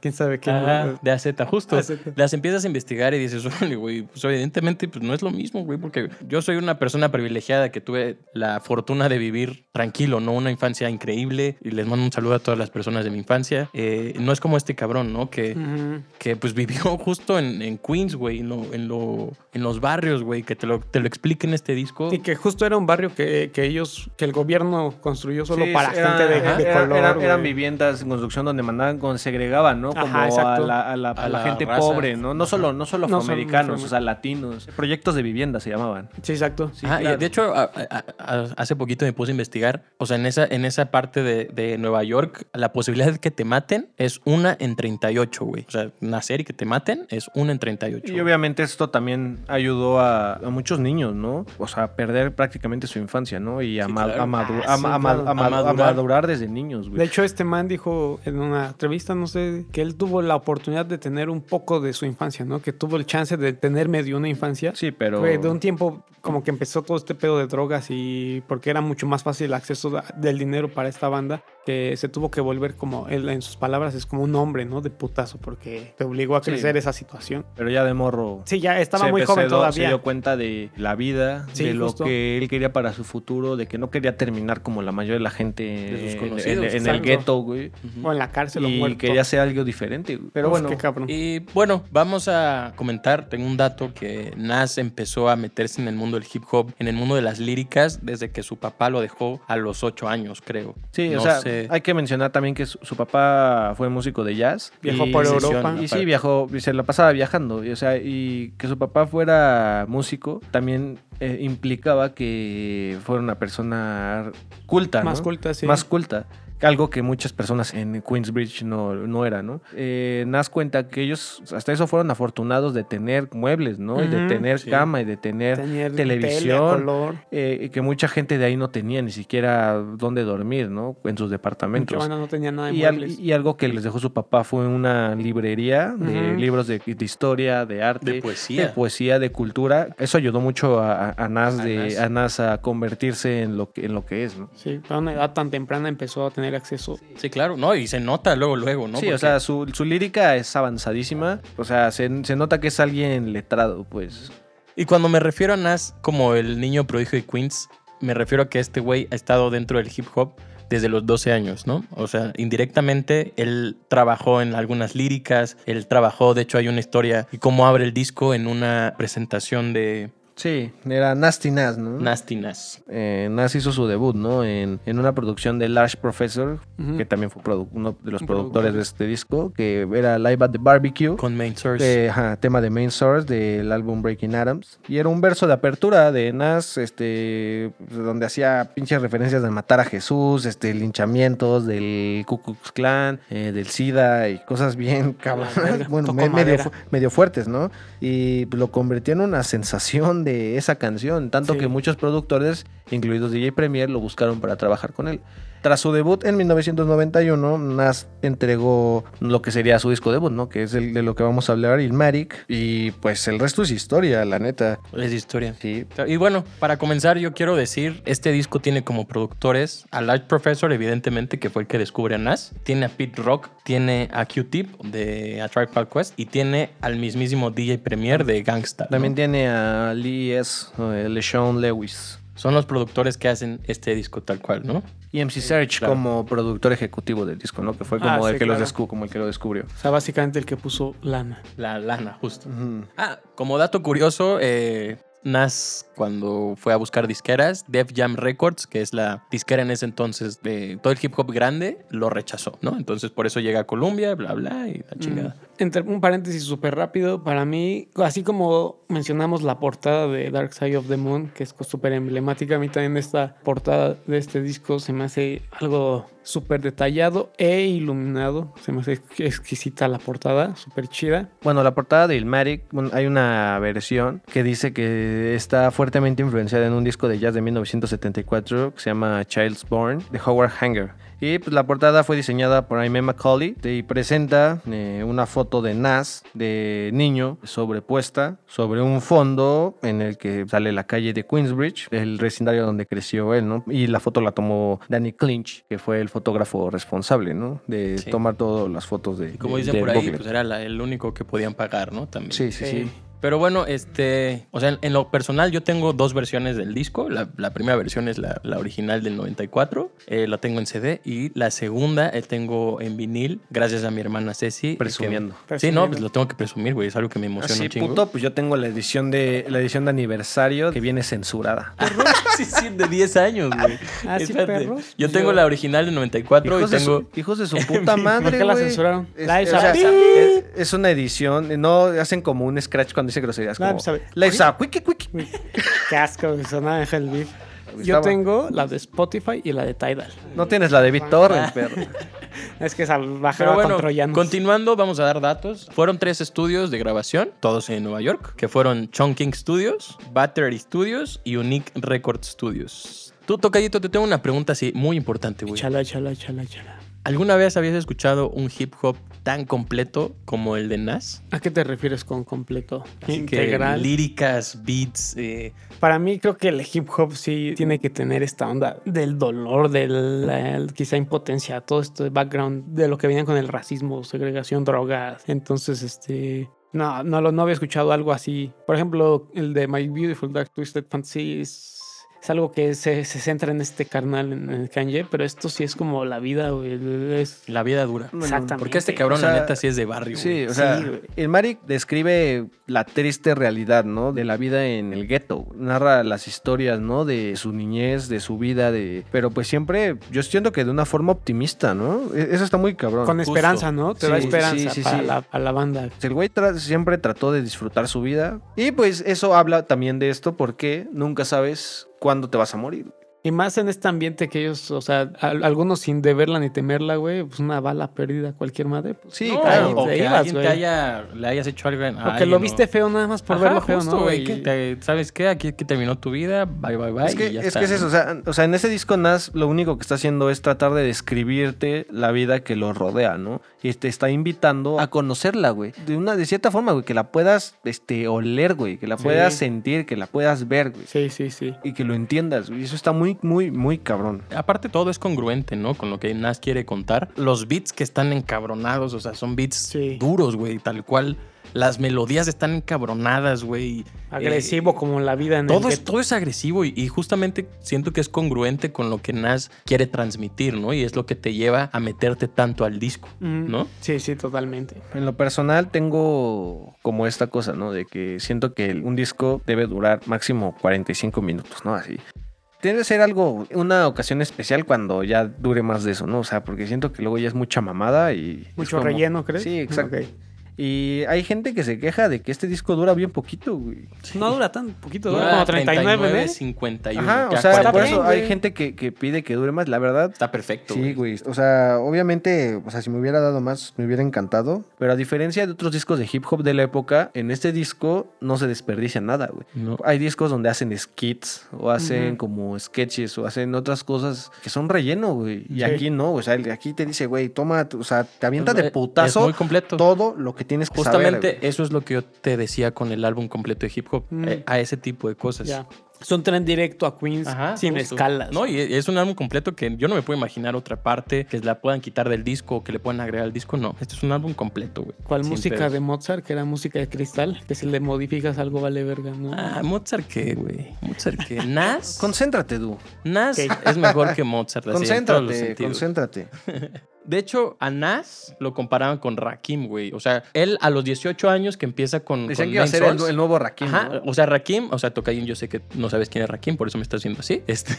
[SPEAKER 3] quién sabe [LAUGHS] qué.
[SPEAKER 2] Ajá,
[SPEAKER 3] ¿no?
[SPEAKER 2] de AZ, justo.
[SPEAKER 3] AZ.
[SPEAKER 2] Las empiezas a investigar y dices, "Órale, güey, pues evidentemente pues no es lo mismo, güey, porque yo soy una persona privilegiada que tuve la fortuna de vivir tranquilo, ¿no? Una infancia increíble y les mando un saludo a todas las personas de mi infancia. Eh, no es como este cabrón, ¿no? Que,
[SPEAKER 3] Ujú.
[SPEAKER 2] que pues vivió justo en, en Queens, güey, en, lo, en, lo- en los barrios, güey, que te lo, te lo expliquen este disco.
[SPEAKER 3] Y que justo era un barrio que, que ellos, que el gobierno construyó solo para
[SPEAKER 1] era-
[SPEAKER 3] gente de,
[SPEAKER 1] era-
[SPEAKER 3] de
[SPEAKER 1] era-
[SPEAKER 3] color.
[SPEAKER 1] eran- eran
[SPEAKER 3] güey.
[SPEAKER 1] viviendas en construcción donde mandaban, con, segregaban, ¿no?
[SPEAKER 3] Ajá,
[SPEAKER 1] Como a
[SPEAKER 3] exacto.
[SPEAKER 1] la, a la- a
[SPEAKER 2] A
[SPEAKER 1] la
[SPEAKER 2] la
[SPEAKER 1] gente
[SPEAKER 2] raza.
[SPEAKER 1] pobre, ¿no? No solo, no solo
[SPEAKER 3] No solo
[SPEAKER 1] afroamericanos,
[SPEAKER 3] afroamericanos.
[SPEAKER 1] o sea, latinos. Proyectos de vivienda se llamaban.
[SPEAKER 3] Sí, exacto.
[SPEAKER 1] Sí,
[SPEAKER 2] Ajá, y
[SPEAKER 1] claro.
[SPEAKER 2] De hecho, a- a- a- hace poquito me puse a investigar. O sea, en esa, en esa parte de, de Nueva York, la posibilidad de que te maten es una en 38, güey. O sea, nacer y que te maten es una en 38.
[SPEAKER 1] Y obviamente esto también ayudó a, a muchos niños, ¿no? O sea, a perder prácticamente su infancia, ¿no? Y a,
[SPEAKER 2] Sí,
[SPEAKER 1] ma-
[SPEAKER 2] claro.
[SPEAKER 1] a madu-
[SPEAKER 3] Ah,
[SPEAKER 1] a
[SPEAKER 3] sí,
[SPEAKER 1] ma- a ma-
[SPEAKER 3] claro.
[SPEAKER 1] a ma-
[SPEAKER 2] A
[SPEAKER 1] a madurar.
[SPEAKER 2] madurar.
[SPEAKER 1] desde niños,
[SPEAKER 3] De
[SPEAKER 1] güey.
[SPEAKER 3] hecho, este man dijo en una entrevista, no sé, que él tuvo la oportunidad de tener un poco de su infancia, ¿no? Que tuvo el chance de tener medio una infancia.
[SPEAKER 1] Sí, pero...
[SPEAKER 3] Fue de un tiempo como que empezó todo este pedo de drogas y porque era mucho más fácil el acceso da- del dinero para esta banda que se tuvo que volver como, él en sus palabras, es como un hombre, ¿no? De putazo porque te obligó a
[SPEAKER 1] Sí.
[SPEAKER 3] crecer esa situación.
[SPEAKER 1] Pero ya de morro...
[SPEAKER 3] Sí, ya estaba
[SPEAKER 1] se-
[SPEAKER 3] muy joven
[SPEAKER 1] se dio-
[SPEAKER 3] todavía.
[SPEAKER 1] Se dio cuenta de la vida,
[SPEAKER 3] Sí,
[SPEAKER 1] de lo
[SPEAKER 3] justo.
[SPEAKER 1] que él quería para su futuro, de que no quería terminar como la mayoría de la gente
[SPEAKER 2] De sus
[SPEAKER 1] en-
[SPEAKER 2] conocidos,
[SPEAKER 1] en, en el
[SPEAKER 3] exacto.
[SPEAKER 1] gueto, güey.
[SPEAKER 3] O en la cárcel o
[SPEAKER 1] Y
[SPEAKER 3] muerto.
[SPEAKER 1] quería hacer algo diferente, güey. Pues Pero
[SPEAKER 3] Uf,
[SPEAKER 1] bueno,
[SPEAKER 3] qué cabrón.
[SPEAKER 2] Y bueno, vamos a comentar, tengo un dato que Nas empezó a meterse en el mundo del hip hop, en el mundo de las líricas, desde que su papá lo dejó a los 8 años, creo.
[SPEAKER 1] sí,
[SPEAKER 2] No
[SPEAKER 1] o sea,
[SPEAKER 2] sé.
[SPEAKER 1] hay que mencionar también que su, su papá fue músico de jazz.
[SPEAKER 3] Viajó
[SPEAKER 1] y-
[SPEAKER 3] por
[SPEAKER 2] sesión,
[SPEAKER 3] Europa.
[SPEAKER 2] ¿no?
[SPEAKER 1] Y sí,
[SPEAKER 2] Aparte.
[SPEAKER 1] viajó, y se la pasaba viajando. Y, o sea, y que su papá fuera músico también eh, implicaba que fuera una persona culta,
[SPEAKER 3] Más
[SPEAKER 1] ¿no?
[SPEAKER 3] culta, sí.
[SPEAKER 1] Más culta. Algo que muchas personas en Queensbridge no, no era, ¿no? Eh, Nas cuenta que ellos hasta eso fueron afortunados de tener muebles, ¿no? Y de
[SPEAKER 3] Ujú,
[SPEAKER 1] tener
[SPEAKER 2] sí.
[SPEAKER 1] cama y de tener
[SPEAKER 3] Tener tele a
[SPEAKER 1] televisión.
[SPEAKER 3] color.
[SPEAKER 1] eh, y que mucha gente de ahí no tenía ni siquiera dónde dormir, ¿no? En sus departamentos.
[SPEAKER 3] Chavana no tenía nada de
[SPEAKER 1] Y, al-
[SPEAKER 3] muebles.
[SPEAKER 1] y algo que les dejó su papá fue una librería de
[SPEAKER 3] Ujú.
[SPEAKER 1] libros de, de historia, de arte,
[SPEAKER 2] De poesía.
[SPEAKER 1] de, poesía, de cultura. Eso ayudó mucho a, a- a Nas
[SPEAKER 2] A
[SPEAKER 1] de,
[SPEAKER 2] Nas.
[SPEAKER 1] a Nas a convertirse en lo que, en lo que es, ¿no?
[SPEAKER 3] Sí, a una edad tan temprana empezó a tener acceso.
[SPEAKER 2] Sí, claro, no, y se nota luego, luego, ¿no?
[SPEAKER 1] sí, o
[SPEAKER 2] Porque-
[SPEAKER 1] sea, su, su lírica es avanzadísima. O sea, se, se nota que es alguien letrado, pues.
[SPEAKER 2] Y cuando me refiero a Nas como el niño prodigio de Queens, me refiero a que este güey ha estado dentro del hip hop desde los 12 años, ¿no? O sea, indirectamente él trabajó en algunas líricas, él trabajó, de hecho hay una historia y cómo abre el disco en una presentación de
[SPEAKER 1] Sí, era Nasty Nas, ¿no?
[SPEAKER 2] Nasty Nas.
[SPEAKER 1] Eh, Nas hizo su debut, ¿no? En, en una producción de Large Professor,
[SPEAKER 3] Ujú.
[SPEAKER 1] que también fue produ- uno de los
[SPEAKER 3] Un
[SPEAKER 1] productores
[SPEAKER 3] productor.
[SPEAKER 1] de este disco, que era Live at the Barbecue.
[SPEAKER 2] Con Main Source.
[SPEAKER 1] Eh, ajá, tema de Main Source del álbum Breaking Adams. Y era un verso de apertura de Nas, este, donde hacía pinches referencias de matar a Jesús, este, linchamientos del Ku Klux Klan, eh, del SIDA y cosas bien [LAUGHS]
[SPEAKER 3] verga,
[SPEAKER 1] cabronas. Bueno,
[SPEAKER 3] toco
[SPEAKER 1] me- medio,
[SPEAKER 3] madera.
[SPEAKER 1] fu- medio fuertes, ¿no? Y lo convirtió en una sensación de esa canción, tanto
[SPEAKER 3] Sí.
[SPEAKER 1] que muchos productores, incluidos DJ Premier, lo buscaron para trabajar con él. Tras su debut en 1991, Nas entregó lo que sería su disco debut, ¿no? Que es el de lo que vamos a hablar, Ilmatic. Y pues el resto es historia, la neta.
[SPEAKER 2] Es historia.
[SPEAKER 1] Sí.
[SPEAKER 2] Y bueno, para comenzar, yo quiero decir: este disco tiene como productores a Light Professor, evidentemente, que fue el que descubre a Nas. Tiene a Pete Rock, tiene a Q-Tip de A Tribal Quest y tiene al mismísimo DJ Premier de Gangsta. ¿no?
[SPEAKER 1] También tiene a Lee S., eh, LeSean Lewis.
[SPEAKER 2] Son los productores que hacen este disco tal cual, ¿no?
[SPEAKER 1] Y MC Search
[SPEAKER 2] claro.
[SPEAKER 1] como productor ejecutivo del disco, ¿no? Que fue como,
[SPEAKER 3] Ah,
[SPEAKER 1] el
[SPEAKER 3] sí,
[SPEAKER 1] que los
[SPEAKER 3] claro.
[SPEAKER 1] descu- como el que lo descubrió.
[SPEAKER 3] O sea, básicamente el que puso lana.
[SPEAKER 2] La lana, justo.
[SPEAKER 1] Ujú.
[SPEAKER 2] Ah, como dato curioso, eh, Nas cuando fue a buscar disqueras, Def Jam Records, que es la disquera en ese entonces de todo el hip hop grande, lo rechazó, ¿no? Entonces por eso llega a Colombia, bla, bla, y
[SPEAKER 1] Mm.
[SPEAKER 2] la chingada.
[SPEAKER 3] Entre un paréntesis súper rápido, para mí, así como mencionamos la portada de Dark Side of the Moon, que es co- súper emblemática, a mí también esta portada de este disco se me hace algo súper detallado e iluminado. Se me hace ex- exquisita la portada, súper chida.
[SPEAKER 1] Bueno, la portada de Ilmatic, bueno, hay una versión que dice que está fuertemente influenciada en un disco de jazz de 1974 que se llama Child's Born de Howard Hanger. Y pues, la portada fue diseñada por Aimee McCauley y presenta eh, una foto de Nas de niño sobrepuesta sobre un fondo en el que sale la calle de Queensbridge, el vecindario donde creció él, ¿no? Y la foto la tomó Danny Clinch, que fue el fotógrafo responsable, ¿no? De
[SPEAKER 2] Sí.
[SPEAKER 1] tomar todas las fotos de.
[SPEAKER 2] Y como
[SPEAKER 1] de-
[SPEAKER 2] dicen
[SPEAKER 1] del
[SPEAKER 2] por ahí,
[SPEAKER 1] booklet.
[SPEAKER 2] pues era la- el único que podían pagar, ¿no? También.
[SPEAKER 1] sí, sí, sí.
[SPEAKER 3] Eh,
[SPEAKER 2] Pero bueno, este, o sea, en, en lo personal yo tengo dos versiones del disco. La, la primera versión es la, la original del 94, eh, la tengo en CD y la segunda eh, tengo en vinil, gracias a mi hermana Ceci. que-
[SPEAKER 1] Presumiendo.
[SPEAKER 2] sí, no, pues
[SPEAKER 3] Presumiendo.
[SPEAKER 2] lo tengo que presumir, güey, es algo que me emociona
[SPEAKER 1] Así,
[SPEAKER 2] un chingo.
[SPEAKER 1] puto, pues yo tengo la edición de la edición de aniversario que viene censurada.
[SPEAKER 2] [LAUGHS] sí, sí, de 10 años, güey.
[SPEAKER 3] [LAUGHS] Ah, sí,
[SPEAKER 2] Espérate.
[SPEAKER 3] perros.
[SPEAKER 2] Yo
[SPEAKER 3] Yo-
[SPEAKER 2] tengo la original del 94
[SPEAKER 1] Hijos,
[SPEAKER 2] y tengo...
[SPEAKER 1] de su, hijos de
[SPEAKER 3] [LAUGHS]
[SPEAKER 1] su puta madre.
[SPEAKER 3] ¿Por qué la
[SPEAKER 1] güey.
[SPEAKER 3] censuraron?
[SPEAKER 1] Es,
[SPEAKER 3] Live
[SPEAKER 1] o sea,
[SPEAKER 3] Sabi.
[SPEAKER 1] es- es una edición, no hacen como un scratch cuando dice groserías.
[SPEAKER 3] Live
[SPEAKER 1] Como,
[SPEAKER 3] Sabi.
[SPEAKER 1] Live Sabi, wiki, wiki.
[SPEAKER 3] Uy, Qué asco, que sonaba Angel Beef. Yo
[SPEAKER 1] Estaba-
[SPEAKER 3] tengo la de Spotify y la de Tidal.
[SPEAKER 1] No tienes la de Vic
[SPEAKER 3] Ah.
[SPEAKER 1] Torres, perro.
[SPEAKER 3] Es que salvaje
[SPEAKER 2] Pero bueno,
[SPEAKER 3] con troyanos.
[SPEAKER 2] continuando, vamos a dar datos. Fueron tres estudios de grabación, todos en Nueva York, que fueron Chongqing Studios, Battery Studios y Unique Record Studios. Tú, Tocayito, te tengo una pregunta así muy importante, güey.
[SPEAKER 3] Chala, chala, chala, chala.
[SPEAKER 2] ¿Alguna vez habías escuchado un hip hop tan completo como el de Nas?
[SPEAKER 3] ¿A qué te refieres con completo?
[SPEAKER 2] Así que
[SPEAKER 3] Integral.
[SPEAKER 2] líricas, beats, eh,
[SPEAKER 3] Para mí creo que el hip hop sí tiene que tener esta onda del dolor, de la el- quizá impotencia, todo este background de lo que venían con el racismo, segregación, drogas. Entonces, este... No, no, lo- no había escuchado algo así. Por ejemplo, el de My Beautiful Dark Twisted Fantasy es, es algo que se, se centra en este carnal, en el Kanye, pero esto sí es como la vida, güey, es-
[SPEAKER 2] la vida dura.
[SPEAKER 1] No, no,
[SPEAKER 3] Exactamente.
[SPEAKER 2] Porque este cabrón,
[SPEAKER 1] O sea,
[SPEAKER 2] la neta, sí es de barrio.
[SPEAKER 1] Sí,
[SPEAKER 2] güey.
[SPEAKER 1] o sea,
[SPEAKER 3] [LAUGHS] Sí, güey.
[SPEAKER 1] el Marik describe la triste realidad, ¿no? De la vida en el gueto. Narra las historias, ¿no? De su niñez, de su vida, de... Pero pues siempre, yo siento que de una forma optimista, ¿no? E- Eso está muy cabrón.
[SPEAKER 3] Con
[SPEAKER 2] Justo.
[SPEAKER 3] esperanza, ¿no? Te da
[SPEAKER 1] Sí, sí,
[SPEAKER 3] esperanza
[SPEAKER 1] sí, sí,
[SPEAKER 3] para
[SPEAKER 1] sí.
[SPEAKER 3] La, a la banda.
[SPEAKER 1] El güey tra- siempre trató de disfrutar su vida. Y pues eso habla también de esto porque nunca sabes cuándo te vas a morir.
[SPEAKER 3] Y más en este ambiente que ellos, o sea, al- algunos sin deberla ni temerla, güey, pues una bala perdida a cualquier madre. Pues,
[SPEAKER 1] Sí,
[SPEAKER 2] No,
[SPEAKER 1] claro.
[SPEAKER 2] O
[SPEAKER 3] Te
[SPEAKER 2] que
[SPEAKER 3] ibas,
[SPEAKER 2] alguien
[SPEAKER 3] güey.
[SPEAKER 2] te haya, le hayas hecho algo a
[SPEAKER 3] Porque lo
[SPEAKER 2] alguien,
[SPEAKER 3] viste
[SPEAKER 2] o-
[SPEAKER 3] feo nada más por
[SPEAKER 2] Ajá,
[SPEAKER 3] verlo feo,
[SPEAKER 2] justo,
[SPEAKER 3] ¿no?
[SPEAKER 2] güey,
[SPEAKER 3] Y-
[SPEAKER 2] que te- ¿Sabes qué? Aquí, aquí terminó tu vida. Bye, bye, bye.
[SPEAKER 1] es que,
[SPEAKER 2] y ya
[SPEAKER 1] es,
[SPEAKER 2] está,
[SPEAKER 1] que es
[SPEAKER 2] ¿no?
[SPEAKER 1] eso. O sea, o sea, en ese disco Nas lo único que está haciendo es tratar de describirte la vida que lo rodea, ¿no? Y te está invitando a conocerla, güey. De una, de cierta forma, güey, que la puedas este, oler, güey. Que la
[SPEAKER 3] Sí.
[SPEAKER 1] puedas sentir, que la puedas ver, güey.
[SPEAKER 3] Sí, sí, sí.
[SPEAKER 1] Y que lo entiendas, güey. Eso está muy, muy, muy cabrón.
[SPEAKER 2] Aparte, todo es congruente, ¿no? Con lo que Nas quiere contar. Los beats que están encabronados, o sea, son beats
[SPEAKER 3] Sí.
[SPEAKER 2] duros, güey, tal cual. Las melodías están encabronadas, güey.
[SPEAKER 3] Agresivo
[SPEAKER 2] Eh,
[SPEAKER 3] como la vida en
[SPEAKER 2] Todo
[SPEAKER 3] el
[SPEAKER 2] es,
[SPEAKER 3] gueto.
[SPEAKER 2] todo es agresivo y, y justamente siento que es congruente con lo que Nas quiere transmitir, ¿no? Y es lo que te lleva a meterte tanto al disco,
[SPEAKER 3] Mm,
[SPEAKER 2] ¿no?
[SPEAKER 3] Sí, sí, totalmente.
[SPEAKER 1] En lo personal tengo como esta cosa, ¿no? De que siento que el- un disco debe durar máximo 45 minutos, ¿no? Así. Tiene que ser algo, una ocasión especial cuando ya dure más de eso, ¿no? O sea, porque siento que luego ya es mucha mamada y... es
[SPEAKER 3] Mucho
[SPEAKER 1] como-
[SPEAKER 3] relleno, ¿crees?
[SPEAKER 1] Sí, exacto.
[SPEAKER 3] Ok.
[SPEAKER 1] Y hay gente que se queja de que este disco dura bien poquito, güey.
[SPEAKER 3] No dura tan poquito, dura
[SPEAKER 2] Dura
[SPEAKER 3] como 39, ¿eh?
[SPEAKER 2] 51.
[SPEAKER 1] Ajá, o
[SPEAKER 2] ya
[SPEAKER 1] sea,
[SPEAKER 2] 40.
[SPEAKER 1] por eso
[SPEAKER 3] bien, güey.
[SPEAKER 1] hay gente que, que pide que dure más. La verdad,
[SPEAKER 2] Está perfecto.
[SPEAKER 1] Sí,
[SPEAKER 2] güey.
[SPEAKER 1] güey. O sea, obviamente, o sea, si me hubiera dado más, me hubiera encantado. Pero a diferencia de otros discos de hip hop de la época, en este disco no se desperdicia nada, güey.
[SPEAKER 2] No.
[SPEAKER 1] Hay discos donde hacen skits o hacen
[SPEAKER 3] Ujú.
[SPEAKER 1] como sketches o hacen otras cosas que son relleno, güey. Y
[SPEAKER 3] Sí.
[SPEAKER 1] aquí no, o sea, el- aquí te dice, güey, toma, o sea, te avienta de
[SPEAKER 2] Pues, eh, Es- Es
[SPEAKER 1] putazo
[SPEAKER 2] muy completo.
[SPEAKER 1] todo lo que tienes que saber.
[SPEAKER 2] Justamente
[SPEAKER 1] güey.
[SPEAKER 2] eso es lo que yo te decía con el álbum completo de hip hop,
[SPEAKER 3] Mm.
[SPEAKER 2] eh, a ese tipo de cosas.
[SPEAKER 3] Ya. Es un tren directo a Queens sin
[SPEAKER 2] justo.
[SPEAKER 3] escalas.
[SPEAKER 2] No, y e, es un álbum completo que yo no me puedo imaginar otra parte que la puedan quitar del disco o que le puedan agregar al disco. No, este es un álbum completo, güey.
[SPEAKER 3] ¿Cuál
[SPEAKER 2] Sin
[SPEAKER 3] música
[SPEAKER 2] pedos.
[SPEAKER 3] de Mozart? Que era música de cristal. Que si le modificas algo vale verga, ¿no?
[SPEAKER 2] Ah, Mozart qué, güey. Mozart
[SPEAKER 3] [LAUGHS]
[SPEAKER 2] qué. Nas.
[SPEAKER 1] Concéntrate, Du.
[SPEAKER 2] Nas
[SPEAKER 3] Ok.
[SPEAKER 2] es mejor que Mozart. así, en todos los
[SPEAKER 1] Concéntrate,
[SPEAKER 2] sentidos.
[SPEAKER 1] concéntrate.
[SPEAKER 2] De hecho, a Nas lo comparaban con Rakim, güey. O sea, él a los 18 años que empieza con.
[SPEAKER 1] Dicen
[SPEAKER 2] con
[SPEAKER 1] que iba a
[SPEAKER 2] Main
[SPEAKER 1] ser el,
[SPEAKER 2] Source.
[SPEAKER 1] el nuevo Rakim.
[SPEAKER 2] Ajá,
[SPEAKER 1] ¿no?
[SPEAKER 2] o sea, Rakim, o sea, Tocayin, yo sé que no sabes quién es Rakim, por eso me estás viendo así.
[SPEAKER 1] [LAUGHS]
[SPEAKER 2] Este,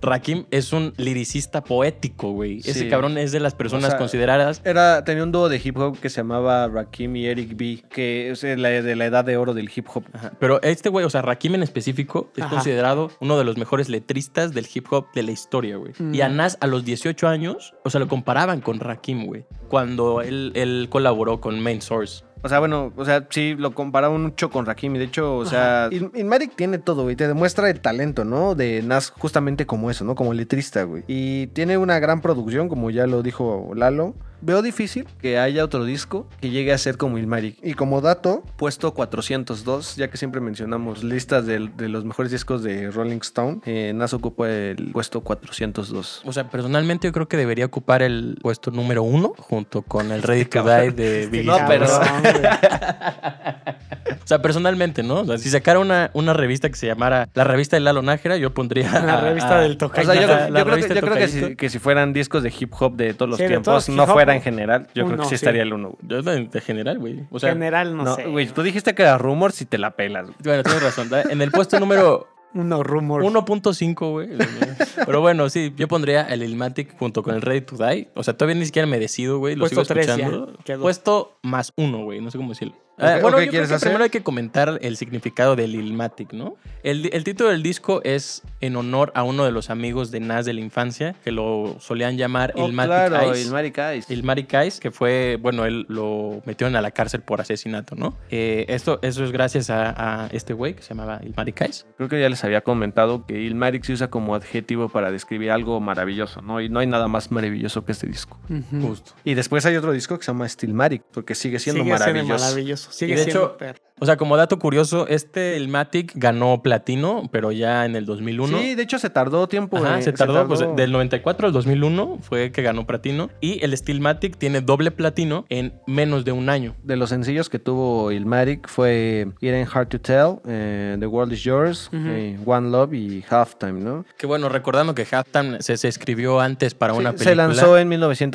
[SPEAKER 2] Rakim es un liricista poético, güey. Ese
[SPEAKER 1] Sí.
[SPEAKER 2] cabrón es de las personas
[SPEAKER 1] O sea,
[SPEAKER 2] consideradas.
[SPEAKER 1] Era, tenía un dúo de hip hop que se llamaba Rakim y Eric B, que es de la, de la edad de oro del hip hop.
[SPEAKER 2] Ajá, Pero este güey, o sea, Rakim en específico, es
[SPEAKER 3] Ajá.
[SPEAKER 2] considerado uno de los mejores letristas del hip hop de la historia, güey.
[SPEAKER 3] Mm.
[SPEAKER 2] Y a Nas a los 18 años, o sea, lo comparaban con Rakim, güey. Cuando él, él colaboró con Main Source.
[SPEAKER 1] O sea, bueno, o sea, sí, lo comparaba mucho con Rakim. y De hecho, o sea, In- Illmatic tiene todo, güey. Te demuestra el talento, ¿no? De Nas justamente como eso, ¿no? Como letrista, güey. Y tiene una gran producción, como ya lo dijo Lalo. Veo difícil que haya otro disco que llegue a ser como Illmatic. Y como dato, puesto 402, ya que siempre mencionamos listas del- de, los mejores discos de Rolling Stone, eh, Nas ocupa el puesto 402.
[SPEAKER 2] O sea, personalmente yo creo que debería ocupar el puesto número uno junto con el
[SPEAKER 1] [LAUGHS]
[SPEAKER 2] Ready to Die
[SPEAKER 1] cabrón.
[SPEAKER 2] de Biggie
[SPEAKER 1] No,
[SPEAKER 2] Smalls.
[SPEAKER 1] pero-
[SPEAKER 3] pero.
[SPEAKER 2] O sea, personalmente, ¿no? O sea, si sacara una, una revista que se llamara La Revista de Lalo Nájera, yo pondría.
[SPEAKER 3] La
[SPEAKER 2] [LAUGHS] a-
[SPEAKER 3] revista
[SPEAKER 2] a-
[SPEAKER 3] del
[SPEAKER 1] O
[SPEAKER 3] Tocayin.
[SPEAKER 1] sea, yo,
[SPEAKER 2] La-
[SPEAKER 1] creo-
[SPEAKER 2] la
[SPEAKER 1] yo creo que,
[SPEAKER 2] revista
[SPEAKER 1] yo creo que
[SPEAKER 2] Tocadiscos.
[SPEAKER 1] si, que si fueran discos de hip hop de todos los
[SPEAKER 3] Sí, de
[SPEAKER 1] tiempos,
[SPEAKER 3] todos hip
[SPEAKER 1] no
[SPEAKER 3] hop,
[SPEAKER 1] fuera en
[SPEAKER 3] ¿no?
[SPEAKER 1] general, yo creo
[SPEAKER 3] Uno,
[SPEAKER 1] que sí,
[SPEAKER 3] sí.
[SPEAKER 1] estaría el uno. güey.
[SPEAKER 2] Yo de, de general, güey. O sea,
[SPEAKER 3] general, no,
[SPEAKER 1] No,
[SPEAKER 3] sé.
[SPEAKER 1] güey, tú dijiste que era rumor si te la pelas. güey.
[SPEAKER 2] bueno, tienes razón. ¿verdad? En el puesto número
[SPEAKER 3] Uno rumor.
[SPEAKER 2] 1.5, güey. Pero bueno, sí, yo pondría el Ilmatic junto con el Ready to Die. O sea, todavía ni siquiera me decido, güey. Lo
[SPEAKER 3] Puesto
[SPEAKER 2] sigo
[SPEAKER 3] tres ya,
[SPEAKER 2] escuchando.
[SPEAKER 3] quedó.
[SPEAKER 2] Puesto más uno, güey. No sé cómo decirlo.
[SPEAKER 1] Ok,
[SPEAKER 2] Ah,
[SPEAKER 1] ok,
[SPEAKER 2] bueno, yo creo
[SPEAKER 1] ¿quieres
[SPEAKER 2] que
[SPEAKER 1] hacer?
[SPEAKER 2] primero hay que comentar el significado del Ilmatic, ¿no? El, el título del disco es en honor a uno de los amigos de Nas de la infancia, que lo solían llamar
[SPEAKER 1] Oh,
[SPEAKER 2] Ilmatic
[SPEAKER 1] claro,
[SPEAKER 2] Ice.
[SPEAKER 1] Ilmatic Ice.
[SPEAKER 2] El Mari Kais, que fue, bueno, él lo metieron a la cárcel por asesinato, ¿no? Eh, esto, eso es gracias a, a este güey que se llamaba El Mari Kais.
[SPEAKER 1] Creo que ya les había comentado que Ilmatic se usa como adjetivo para describir algo maravilloso, ¿no? Y no hay nada más maravilloso que este disco.
[SPEAKER 3] Ujú.
[SPEAKER 2] Justo.
[SPEAKER 1] Y después hay otro disco que se llama Stillmatic, porque sigue siendo
[SPEAKER 3] Sigue
[SPEAKER 1] maravilloso.
[SPEAKER 3] Siendo maravilloso. Sigue
[SPEAKER 2] de
[SPEAKER 3] siendo
[SPEAKER 2] hecho,
[SPEAKER 3] perro.
[SPEAKER 2] O sea, como dato curioso, este El Matic ganó platino, pero ya en el 2001.
[SPEAKER 1] Sí, de hecho se tardó tiempo.
[SPEAKER 2] Ajá,
[SPEAKER 1] eh,
[SPEAKER 2] se tardó, pues, del 94 al 2001 fue que ganó platino y el Steelmatic tiene doble platino en menos de un año.
[SPEAKER 1] De los sencillos que tuvo Ilmatic fue It Hard to Tell, eh, The World Is Yours,
[SPEAKER 3] Ujú.
[SPEAKER 1] eh, One Love y Halftime, ¿no?
[SPEAKER 2] Que bueno, recordando que Halftime se, se escribió antes para
[SPEAKER 1] Sí,
[SPEAKER 2] una película.
[SPEAKER 1] se lanzó en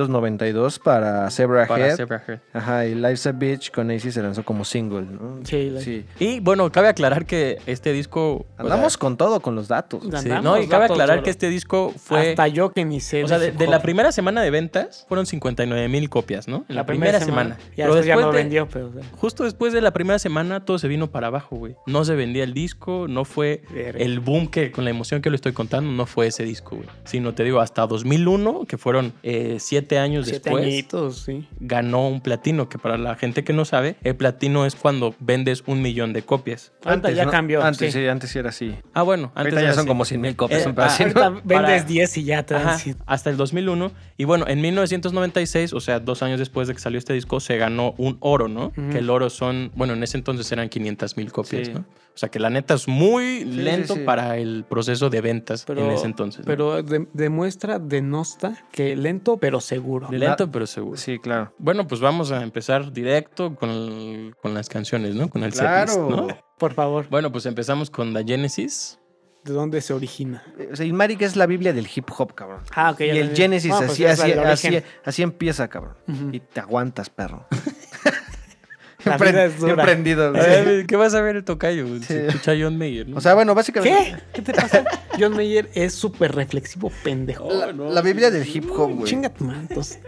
[SPEAKER 1] 1992 para Zebra
[SPEAKER 2] para
[SPEAKER 1] Head.
[SPEAKER 2] Zebra Head.
[SPEAKER 1] Ajá, y Life's a Bitch con AC se lanzó como single, ¿no?
[SPEAKER 3] Sí, la-
[SPEAKER 1] Sí.
[SPEAKER 2] Y bueno, cabe aclarar que este disco... o sea,
[SPEAKER 1] Andamos con todo, con los datos.
[SPEAKER 3] Ya.
[SPEAKER 2] Sí,
[SPEAKER 3] Andamos,
[SPEAKER 2] no, y cabe
[SPEAKER 3] datos
[SPEAKER 2] aclarar
[SPEAKER 3] duros.
[SPEAKER 2] que este disco fue.
[SPEAKER 3] Hasta yo que ni sé.
[SPEAKER 2] o sea, de,
[SPEAKER 3] hip
[SPEAKER 2] de la
[SPEAKER 3] hop.
[SPEAKER 2] primera semana de ventas fueron 59 mil copias, ¿no? En la, primera, semana.
[SPEAKER 3] Ya,
[SPEAKER 2] Pero
[SPEAKER 3] después ya no
[SPEAKER 2] de- pues
[SPEAKER 3] vendió, pero. o sea,
[SPEAKER 2] Justo después de la primera semana todo se vino para abajo, güey. No se vendía el disco, no fue
[SPEAKER 3] Verga.
[SPEAKER 2] el boom que con la emoción que lo estoy contando, no fue ese disco, güey. Sino te digo, hasta 2001, que fueron eh, siete años
[SPEAKER 3] Siete
[SPEAKER 2] después,
[SPEAKER 3] añitos, sí.
[SPEAKER 2] ganó un platino, que para la gente que no sabe, el platino es cuando vendes un millón de copias.
[SPEAKER 3] Ahorita ya
[SPEAKER 1] ¿no?
[SPEAKER 3] cambió.
[SPEAKER 1] Antes
[SPEAKER 3] sí.
[SPEAKER 1] sí, antes sí era así.
[SPEAKER 2] Ah, bueno, antes
[SPEAKER 1] Ahorita ya
[SPEAKER 2] era
[SPEAKER 1] son
[SPEAKER 2] así.
[SPEAKER 1] como 100 mil copias.
[SPEAKER 2] Eh,
[SPEAKER 1] un pedo así, ¿no?
[SPEAKER 3] Ahorita vendes
[SPEAKER 2] [LAUGHS] Para-
[SPEAKER 3] 10 y ya te dan
[SPEAKER 2] Ajá,
[SPEAKER 3] 100.
[SPEAKER 2] hasta el 2001. Y bueno, en 1996, o sea, dos años después de que salió este disco, se ganó un oro, ¿no?
[SPEAKER 3] Ujú.
[SPEAKER 2] Que el oro son, bueno, en ese entonces eran 500 mil copias,
[SPEAKER 1] Sí.
[SPEAKER 2] ¿no? O sea, que la neta es muy lento
[SPEAKER 1] sí.
[SPEAKER 2] para el proceso de ventas en ese entonces. ¿no?
[SPEAKER 3] Pero de- demuestra, denosta que lento pero seguro.
[SPEAKER 1] De-
[SPEAKER 2] lento, pero seguro.
[SPEAKER 1] Sí, claro.
[SPEAKER 2] Bueno, pues vamos a empezar directo con, el- con las canciones, ¿no? Con el setlist,
[SPEAKER 1] Claro.
[SPEAKER 2] ¿no?
[SPEAKER 3] Por favor,
[SPEAKER 2] Bueno, pues empezamos con The Genesis.
[SPEAKER 3] ¿de dónde se origina?
[SPEAKER 1] O sea, Ilmatic es la Biblia del hip hop, cabrón.
[SPEAKER 3] Ah, ok.
[SPEAKER 1] Y
[SPEAKER 3] ya
[SPEAKER 1] el
[SPEAKER 3] entendí.
[SPEAKER 1] Genesis,
[SPEAKER 3] Bueno, pues
[SPEAKER 1] así,
[SPEAKER 3] ya es
[SPEAKER 1] así,
[SPEAKER 3] el origen.
[SPEAKER 1] así, así empieza, cabrón.
[SPEAKER 3] Ujú.
[SPEAKER 1] Y te aguantas, perro.
[SPEAKER 3] La
[SPEAKER 1] Siempre-
[SPEAKER 3] vida es dura.
[SPEAKER 1] siempre prendido,
[SPEAKER 2] A
[SPEAKER 1] güey.
[SPEAKER 2] ver, Eh, ¿Qué vas a ver el tocayo? Se escucha John Mayer, ¿no?
[SPEAKER 1] O sea, bueno, básicamente.
[SPEAKER 3] ¿Qué? ¿Qué te pasa? John Mayer es súper reflexivo, pendejo.
[SPEAKER 2] Oh,
[SPEAKER 1] La, la Biblia del hip hop, güey.
[SPEAKER 3] Chinga tu madre, entonces.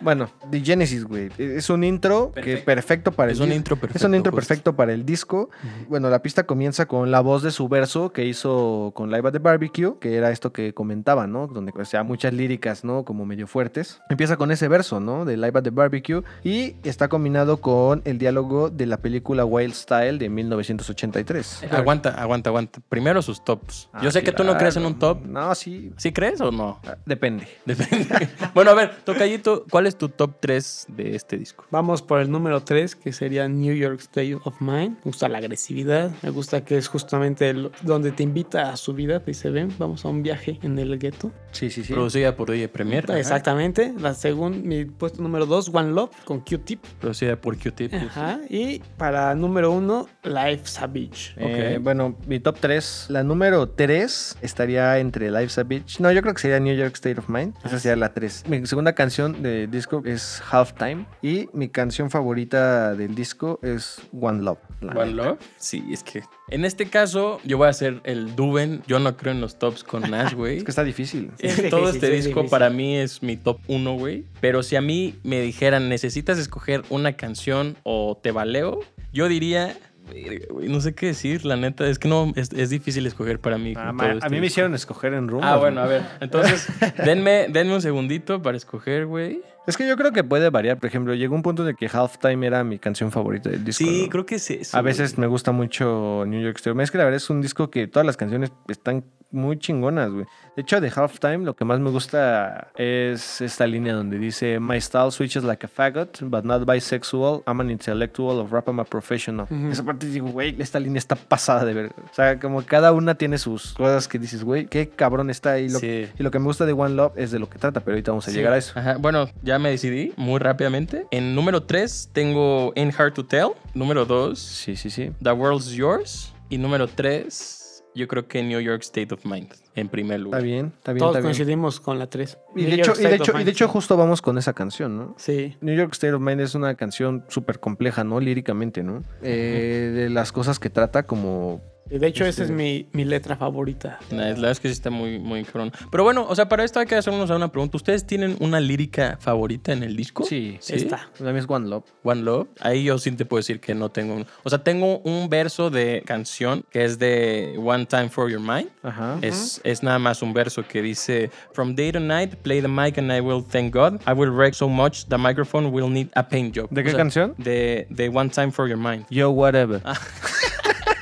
[SPEAKER 1] Bueno, The Genesis, güey. Es un intro que perfecto para
[SPEAKER 2] Es
[SPEAKER 1] el
[SPEAKER 2] un
[SPEAKER 1] dis-
[SPEAKER 2] intro perfecto,
[SPEAKER 1] Es un intro
[SPEAKER 2] justo.
[SPEAKER 1] perfecto para el disco. Bueno, la pista comienza con la voz de su verso que hizo con Live at the Barbecue, que era esto que comentaba, ¿no? Donde, o sea, muchas líricas, ¿no? Como medio fuertes. Empieza con ese verso, ¿no? De Live at the Barbecue y está combinado con el diálogo de la película Wild Style de 1983.
[SPEAKER 2] Eh, Aguanta, aguanta, aguanta. Primero sus tops.
[SPEAKER 1] Ah,
[SPEAKER 2] Yo sé que tú no crees en un top.
[SPEAKER 1] No, sí.
[SPEAKER 2] ¿Sí crees o no? [LAUGHS]
[SPEAKER 1] Ah, Depende.
[SPEAKER 2] Depende. bueno, a ver, Tocayito, ¿cuál es tu top 3 de este disco?
[SPEAKER 3] Vamos por el número 3, que sería New York State of Mind. Me gusta la agresividad, me gusta que es justamente el- donde te invita a su vida. Te dice, ven, vamos a un viaje en el gueto.
[SPEAKER 1] Sí, sí, sí.
[SPEAKER 2] Producida por DJ Premier.
[SPEAKER 3] Exactamente. La segunda, mi puesto número 2, One Love, con Q-Tip.
[SPEAKER 2] Producida por pues. Q-Tip.
[SPEAKER 3] Ajá. Y para número 1, Life Savage.
[SPEAKER 1] Eh,
[SPEAKER 2] Ok.
[SPEAKER 1] bueno, mi top 3. La número 3 estaría entre Life's a Beach. No, yo creo que sería New York State of Mind.
[SPEAKER 2] Ah,
[SPEAKER 1] Esa sería la 3. Mi segunda canción del disco es Halftime. Y mi canción favorita del disco es One Love. La
[SPEAKER 2] One
[SPEAKER 1] neta.
[SPEAKER 2] Love. Sí, es que. En este caso, yo voy a hacer el Duben. Yo no creo en los tops
[SPEAKER 1] [LAUGHS]
[SPEAKER 2] con Nash, güey.
[SPEAKER 1] Es que está difícil.
[SPEAKER 3] Es
[SPEAKER 2] Todo
[SPEAKER 3] difícil,
[SPEAKER 2] este
[SPEAKER 3] es
[SPEAKER 2] disco
[SPEAKER 3] difícil.
[SPEAKER 2] para mí es mi top 1, güey. Pero si a mí me dijeran, necesitas escoger una canción o te valeo, yo diría, "Verga, güey, no sé qué decir, la neta. Es que no, es, es difícil escoger para mí.
[SPEAKER 1] Ah,
[SPEAKER 2] con
[SPEAKER 1] ma-
[SPEAKER 2] todo este
[SPEAKER 1] a mí me
[SPEAKER 2] disco.
[SPEAKER 1] hicieron escoger en Room.
[SPEAKER 2] Ah, bueno, a ver.
[SPEAKER 1] [LAUGHS]
[SPEAKER 2] Entonces, denme, denme un segundito para escoger, güey.
[SPEAKER 1] Es que yo creo que puede variar. Por ejemplo, llegó un punto en el que Halftime era mi canción favorita del disco.
[SPEAKER 2] Sí,
[SPEAKER 1] ¿no?
[SPEAKER 2] creo que es eso.
[SPEAKER 1] A veces me gusta mucho New York State. Es que la verdad es un disco que todas las canciones están muy chingonas, güey. De hecho, de Halftime lo que más me gusta es esta línea donde dice My style switches like a faggot, but not bisexual. I'm an intellectual of rap, I'm a professional.
[SPEAKER 3] Ujú.
[SPEAKER 1] Esa parte digo, güey, esta línea está pasada de ver. O sea, como cada una tiene sus cosas que dices, güey, qué cabrón está. Y lo,
[SPEAKER 2] Sí.
[SPEAKER 1] y lo que me gusta de One Love es de lo que trata, pero ahorita vamos a
[SPEAKER 3] Sí.
[SPEAKER 1] llegar a eso.
[SPEAKER 2] Ajá, bueno, ya me decidí muy rápidamente. En número 3 tengo In Hard to Tell. Número 2,
[SPEAKER 1] Sí, sí, sí.
[SPEAKER 2] The World's Yours. Y número 3, yo creo que New York State of Mind, en primer
[SPEAKER 1] Está
[SPEAKER 2] lugar.
[SPEAKER 1] bien, está bien,
[SPEAKER 3] Todos
[SPEAKER 1] está bien.
[SPEAKER 3] coincidimos con la 3.
[SPEAKER 1] Y de, hecho, y, de hecho, y de hecho, justo vamos con esa canción, ¿no?
[SPEAKER 3] Sí.
[SPEAKER 1] New York State of Mind es una canción súper compleja, ¿no? Líricamente, ¿no? Eh, de las cosas que trata como...
[SPEAKER 3] Y De hecho, esa es
[SPEAKER 1] Este-
[SPEAKER 3] mi, mi letra favorita.
[SPEAKER 2] Nah, La verdad es que sí está muy, muy cabrón. Pero bueno, o sea, para esto hay que hacernos una pregunta. ¿Ustedes tienen una lírica favorita en el disco?
[SPEAKER 1] Sí, sí.
[SPEAKER 3] Esta.
[SPEAKER 1] La mía es One Love.
[SPEAKER 2] One Love. Ahí yo sí te puedo decir que no tengo un... O sea, tengo un verso de canción que es de One Time for Your Mind.
[SPEAKER 1] Ajá.
[SPEAKER 2] Es, es nada más un verso que dice From day to night, play the mic and I will thank God. I will wreck so much, the microphone will need a paint job.
[SPEAKER 1] ¿De
[SPEAKER 2] O
[SPEAKER 1] qué
[SPEAKER 2] sea,
[SPEAKER 1] canción?
[SPEAKER 2] De, de One Time for
[SPEAKER 1] [LAUGHS]
[SPEAKER 2] Your Mind.
[SPEAKER 1] Yo, whatever.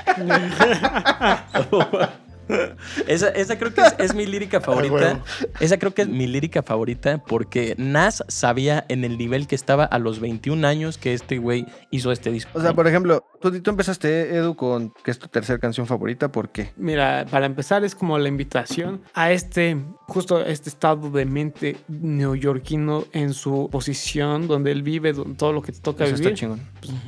[SPEAKER 1] Ah,
[SPEAKER 2] [LAUGHS] Esa, esa creo que es, es mi lírica favorita. Esa creo que es mi lírica favorita porque Nas sabía en el nivel que estaba a los 21 años que este güey hizo este disco.
[SPEAKER 1] O sea, por ejemplo, tú, tú empezaste, Edu, con que es tu tercera canción favorita. ¿Por qué?
[SPEAKER 3] Mira, para empezar es como la invitación a este, justo a este estado de mente neoyorquino en su posición donde él vive, donde todo lo que te toca
[SPEAKER 1] Eso está
[SPEAKER 3] vivir.
[SPEAKER 1] chingón.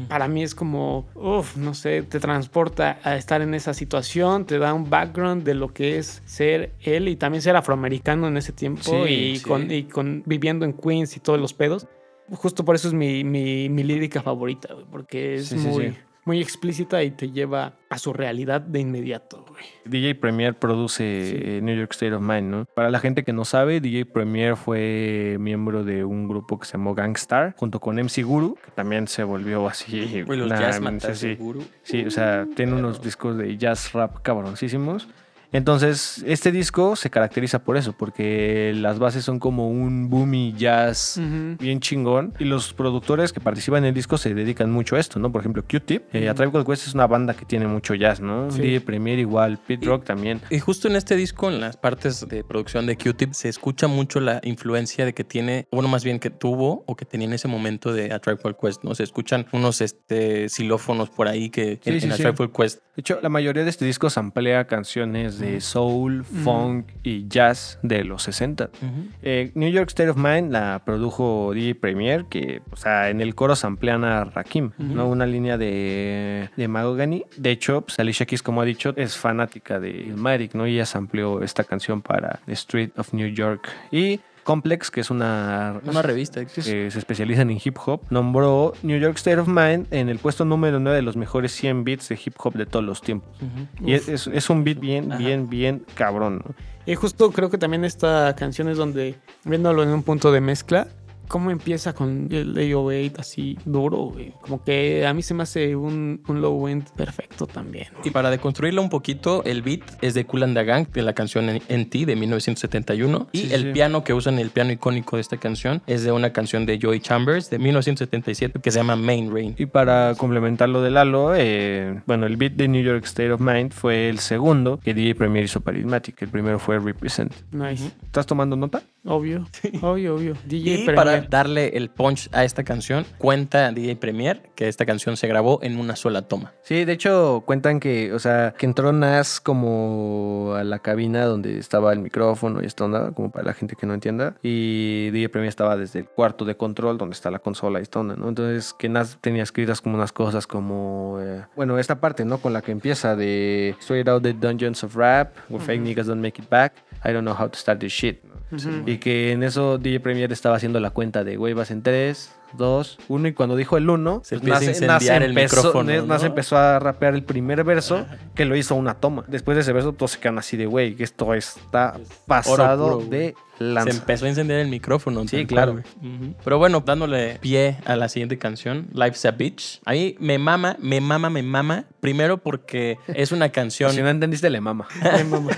[SPEAKER 3] Para mí es como, uff, no sé, te transporta a estar en esa situación, te da un background de lo que es ser él y también ser afroamericano en ese tiempo
[SPEAKER 1] Sí,
[SPEAKER 3] y,
[SPEAKER 1] sí.
[SPEAKER 3] Con, y con viviendo en Queens y todos los pedos. Justo por eso es mi, mi, mi lírica favorita, güey, porque es
[SPEAKER 1] Sí, sí,
[SPEAKER 3] muy,
[SPEAKER 1] sí.
[SPEAKER 3] muy explícita y te lleva a su realidad de inmediato, güey.
[SPEAKER 1] DJ Premier produce
[SPEAKER 3] Sí.
[SPEAKER 1] eh, New York State of Mind, ¿no? Para la gente que no sabe, DJ Premier fue miembro de un grupo que se llamó Gangstar, junto con MC Guru, que también se volvió así.
[SPEAKER 2] Güey, los
[SPEAKER 1] una
[SPEAKER 2] jazz
[SPEAKER 1] eminencia,
[SPEAKER 2] matas,
[SPEAKER 1] sí.
[SPEAKER 2] seguro.
[SPEAKER 1] Sí, o sea, tiene unos discos de jazz rap cabroncísimos. Entonces, este disco se caracteriza por eso, porque las bases son como un boomy jazz bien chingón. Y los productores que participan en el disco se dedican mucho a esto, ¿no? Por ejemplo, Q-Tip. Eh, A Tribe Called Quest es una banda que tiene mucho jazz, ¿no?
[SPEAKER 3] Sí.
[SPEAKER 1] DJ Premier igual, Pit
[SPEAKER 2] Y-
[SPEAKER 1] Rock también.
[SPEAKER 2] Y justo en este disco, en las partes de producción de Q-Tip, se escucha mucho la influencia de que tiene, bueno, más bien que tuvo o que tenía en ese momento de A Tribe Called Quest, ¿no? Se escuchan unos este, xilófonos por ahí que
[SPEAKER 1] Sí,
[SPEAKER 2] en,
[SPEAKER 1] sí,
[SPEAKER 2] en A
[SPEAKER 1] sí.
[SPEAKER 2] Tribe Called Quest.
[SPEAKER 1] De hecho, la mayoría de este disco samplea canciones de soul, funk y jazz de los 60. Eh, New York State of Mind la produjo DJ Premier, que, o sea, en el coro samplean a Rakim, ¿no? Una línea de, de Mahogany. De hecho, pues, Alicia Keys, como ha dicho, es fanática de Illmatic, ¿no? Y ella sampleó esta canción para The Street of New York. Y Complex, que es una...
[SPEAKER 2] Una revista. ¿qué es?
[SPEAKER 1] que se especializan en hip hop, nombró New York State of Mind en el puesto número 9 de los mejores 100 beats de hip hop de todos los tiempos. Y es, es- es un beat bien,
[SPEAKER 2] Ajá.
[SPEAKER 1] bien, bien cabrón. ¿no?
[SPEAKER 3] Y justo creo que también esta canción es donde, viéndolo en un punto de mezcla, cómo empieza con el AO8 así duro, güey. Como que a mí se me hace un, un low end perfecto también.
[SPEAKER 2] Y para deconstruirlo un poquito, el beat es de Kool and the Gang, de la canción En Ti de 1971. Y
[SPEAKER 1] Sí,
[SPEAKER 2] el
[SPEAKER 1] sí.
[SPEAKER 2] piano que usan, el piano icónico de esta canción, es de una canción de Joey Chambers de 1977 que se llama Main Rain.
[SPEAKER 1] Y para complementar lo de Lalo, eh, bueno, el beat de New York State of Mind fue el segundo que DJ Premier hizo para Illmatic. El primero fue Represent.
[SPEAKER 3] Nice.
[SPEAKER 1] ¿Estás tomando nota?
[SPEAKER 3] Obvio. Obvio, obvio. DJ
[SPEAKER 2] Y
[SPEAKER 3] Premier.
[SPEAKER 2] para darle el punch a esta canción, cuenta DJ Premier que esta canción se grabó en una sola toma.
[SPEAKER 1] Sí, de hecho cuentan que, o sea, que entró Nas como a la cabina donde estaba el micrófono y esta onda, como para la gente que no entienda. Y DJ Premier estaba desde el cuarto de control donde está la consola y esta onda, ¿no? Entonces que Nas tenía escritas como unas cosas como, eh, bueno, esta parte, ¿no? Con la que empieza de Straight Out the Dungeons of Rap, Where Fake Niggas Don't Make It Back, I Don't Know How to Start This Shit. ¿no?
[SPEAKER 3] Ujú.
[SPEAKER 1] Y que en eso DJ Premier estaba haciendo la cuenta de, güey, vas en 3, 2, 1. Y cuando dijo el 1,
[SPEAKER 2] Se empieza a incendiar el micrófono,
[SPEAKER 1] Nas- Nas
[SPEAKER 2] ¿no?
[SPEAKER 1] empezó a rapear el primer verso, que lo hizo una toma. Después de ese verso, todos se quedan así de, güey, que esto está pasado
[SPEAKER 2] puro, güey.
[SPEAKER 1] de
[SPEAKER 2] Se
[SPEAKER 1] lanza.
[SPEAKER 2] empezó a encender el micrófono.
[SPEAKER 1] Sí,
[SPEAKER 2] tal
[SPEAKER 1] claro.
[SPEAKER 2] cual, güey. Ujú. Pero bueno, dándole pie a la siguiente canción, Life's a Bitch. Ahí me mama, me mama, me mama. Primero porque es una canción.
[SPEAKER 1] Si no entendiste, le mama.
[SPEAKER 3] Ay, mamá.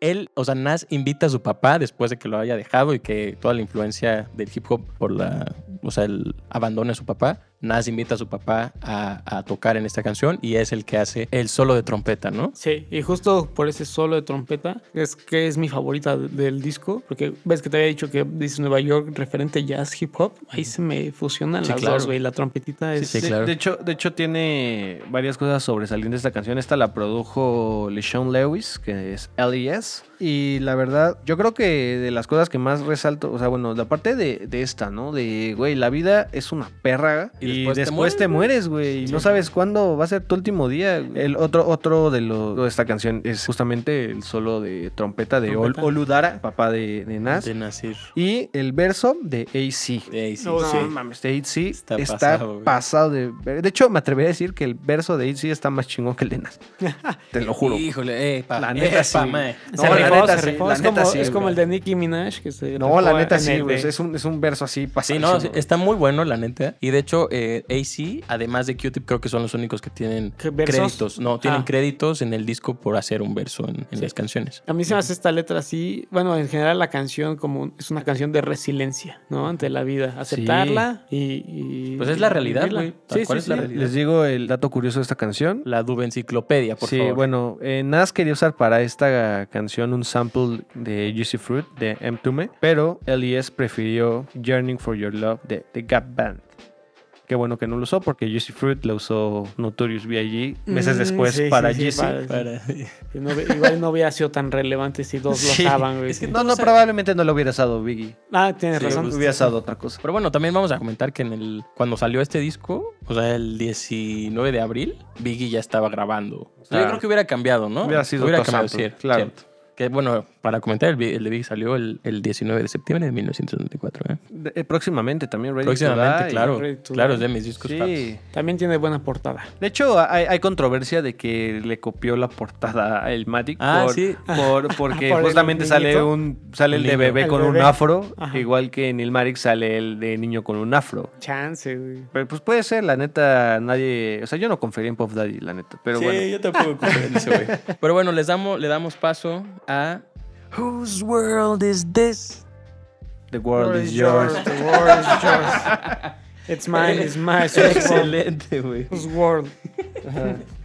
[SPEAKER 2] Él, o sea, Nas invita a su papá después de que lo haya dejado y que toda la influencia del hip hop por la. O sea, el abandono de su papá. Nas invita a su papá a, a tocar en esta canción y es el que hace el solo de trompeta, ¿no?
[SPEAKER 3] Sí, y justo por ese solo de trompeta es que es mi favorita de- del disco, porque ves que te había dicho que dice Nueva York referente jazz hip hop, ahí se me fusionan
[SPEAKER 2] Sí,
[SPEAKER 3] las
[SPEAKER 2] claro.
[SPEAKER 3] dos, güey, la trompetita es
[SPEAKER 2] Sí, claro.
[SPEAKER 1] De hecho, de hecho, tiene varias cosas sobresalientes esta canción. Esta la produjo LeSean Lewis, que es LES. Y la verdad, yo creo que de las cosas que más resalto, o sea, bueno, la parte de, de esta, ¿no? De, güey, la vida es una perra
[SPEAKER 2] Y
[SPEAKER 1] y
[SPEAKER 2] después te
[SPEAKER 1] después te mueres, güey. Y no sabes cuándo va a ser tu último día. El otro, otro de lo, de esta canción es justamente el solo de trompeta de Ol-
[SPEAKER 3] Trompeta.
[SPEAKER 1] Oludara, papá de, de Nas.
[SPEAKER 2] De Nasir.
[SPEAKER 1] Y el verso de AC.
[SPEAKER 2] Ey, sí.
[SPEAKER 3] No,
[SPEAKER 1] No,
[SPEAKER 3] sí.
[SPEAKER 1] mames, de Itzy
[SPEAKER 2] Está
[SPEAKER 1] está,
[SPEAKER 2] pasado,
[SPEAKER 1] pasado,
[SPEAKER 2] güey.
[SPEAKER 1] de... ver- De hecho, me atrevería a decir que el verso de Itzy está más chingón que el de Nas. Te lo juro.
[SPEAKER 2] Híjole, eh, pa,
[SPEAKER 1] La neta
[SPEAKER 2] eh, pa,
[SPEAKER 1] sí.
[SPEAKER 2] mae.
[SPEAKER 1] No,
[SPEAKER 3] Se
[SPEAKER 1] la
[SPEAKER 3] rifó,
[SPEAKER 1] neta
[SPEAKER 3] se
[SPEAKER 1] sí,
[SPEAKER 3] rifó.
[SPEAKER 1] la
[SPEAKER 3] es,
[SPEAKER 1] neta
[SPEAKER 3] como,
[SPEAKER 1] sí,
[SPEAKER 3] es como
[SPEAKER 1] güey.
[SPEAKER 3] el de Nicki Minaj que se
[SPEAKER 1] No,
[SPEAKER 3] rifó
[SPEAKER 1] la neta
[SPEAKER 3] en
[SPEAKER 1] sí,
[SPEAKER 3] el
[SPEAKER 1] güey.
[SPEAKER 3] de-
[SPEAKER 1] Es un, es un verso así
[SPEAKER 2] Sí,
[SPEAKER 1] pasadísimo.
[SPEAKER 2] no, sí, está muy bueno, la neta. Y de hecho, eh, AC, además de Q-Tip, creo que son los únicos que tienen
[SPEAKER 3] ¿Qué, versos?
[SPEAKER 2] créditos. No, tienen
[SPEAKER 3] Ah.
[SPEAKER 2] créditos en el disco por hacer un verso en, en las canciones.
[SPEAKER 3] A mí se me hace esta letra así, bueno, en general la canción como un- es una canción de resiliencia, ¿no? Ante la vida, aceptarla y, y-
[SPEAKER 2] Pues es la realidad,
[SPEAKER 3] vivirla.
[SPEAKER 2] güey. Tal
[SPEAKER 3] Sí,
[SPEAKER 2] cual
[SPEAKER 3] sí,
[SPEAKER 2] es la
[SPEAKER 3] sí.
[SPEAKER 2] realidad.
[SPEAKER 1] Les digo el dato curioso de esta canción.
[SPEAKER 2] La Dube Enciclopedia, por
[SPEAKER 1] sí,
[SPEAKER 2] favor.
[SPEAKER 1] bueno, eh, Nas quería usar para esta canción un sample de Juicy Fruit de M. Tume, pero L.E.S. prefirió Yearning for Your Love de The Gap Band. Qué bueno que no lo usó porque Juicy Fruit lo usó Notorious B.I.G. meses
[SPEAKER 3] Mm,
[SPEAKER 1] después
[SPEAKER 3] sí, sí,
[SPEAKER 1] para
[SPEAKER 3] sí,
[SPEAKER 1] Juicy.
[SPEAKER 3] para-
[SPEAKER 2] Para-
[SPEAKER 3] que no hubie- igual no hubiera sido tan relevante si dos
[SPEAKER 1] [LAUGHS] Sí.
[SPEAKER 3] lo usaban, güey.
[SPEAKER 2] Es que
[SPEAKER 3] Sí.
[SPEAKER 1] No, no, probablemente no lo hubiera usado Biggie.
[SPEAKER 3] Ah, tienes
[SPEAKER 2] Sí,
[SPEAKER 3] razón.
[SPEAKER 2] pues,
[SPEAKER 1] hubiera usado otra cosa.
[SPEAKER 2] Pero bueno, también vamos a comentar que en el cuando salió este disco, o sea, el 19 de abril, Biggie ya estaba grabando. O sea, yo
[SPEAKER 1] Ah.
[SPEAKER 2] creo que hubiera cambiado, ¿no?
[SPEAKER 1] Hubiera sido otro sample,
[SPEAKER 2] cier-
[SPEAKER 1] claro.
[SPEAKER 2] cierto. Que bueno, para comentar, el, Bi- el de Biggie salió el, el 19 de septiembre de 1994, ¿eh?
[SPEAKER 1] De- eh, próximamente también, Ready to
[SPEAKER 2] Próximamente,
[SPEAKER 1] Die.
[SPEAKER 2] claro.
[SPEAKER 3] Ready to
[SPEAKER 2] Claro,
[SPEAKER 3] Die.
[SPEAKER 2] es de mis discos favoritos.
[SPEAKER 1] Sí.
[SPEAKER 3] También tiene buena portada.
[SPEAKER 1] De hecho, hay, hay controversia de que le copió la portada a el Matic.
[SPEAKER 2] Ah,
[SPEAKER 1] por-
[SPEAKER 2] sí. [LAUGHS]
[SPEAKER 1] por- porque
[SPEAKER 3] Por el
[SPEAKER 1] justamente sale
[SPEAKER 3] niñito.
[SPEAKER 1] un sale el
[SPEAKER 2] Un
[SPEAKER 1] de
[SPEAKER 2] niño.
[SPEAKER 1] bebé
[SPEAKER 3] El
[SPEAKER 1] con un
[SPEAKER 3] bebé.
[SPEAKER 1] afro,
[SPEAKER 3] Ajá.
[SPEAKER 1] igual que en el Matic sale el de niño con un afro.
[SPEAKER 3] Chance, güey.
[SPEAKER 1] Pero pues puede ser, la neta, nadie... O sea, yo no confería en Pop Daddy, la neta. Pero bueno,
[SPEAKER 2] yo tampoco confío en ese güey.
[SPEAKER 1] [LAUGHS]
[SPEAKER 2] Pero bueno, les damos, le damos paso a Whose World is This?
[SPEAKER 1] The World is Yours.
[SPEAKER 3] The world is yours. [LAUGHS] It's mine, it's mine.
[SPEAKER 1] [LAUGHS]
[SPEAKER 3] It's Excelente.
[SPEAKER 2] [LAUGHS] Excelente, güey.
[SPEAKER 3] world.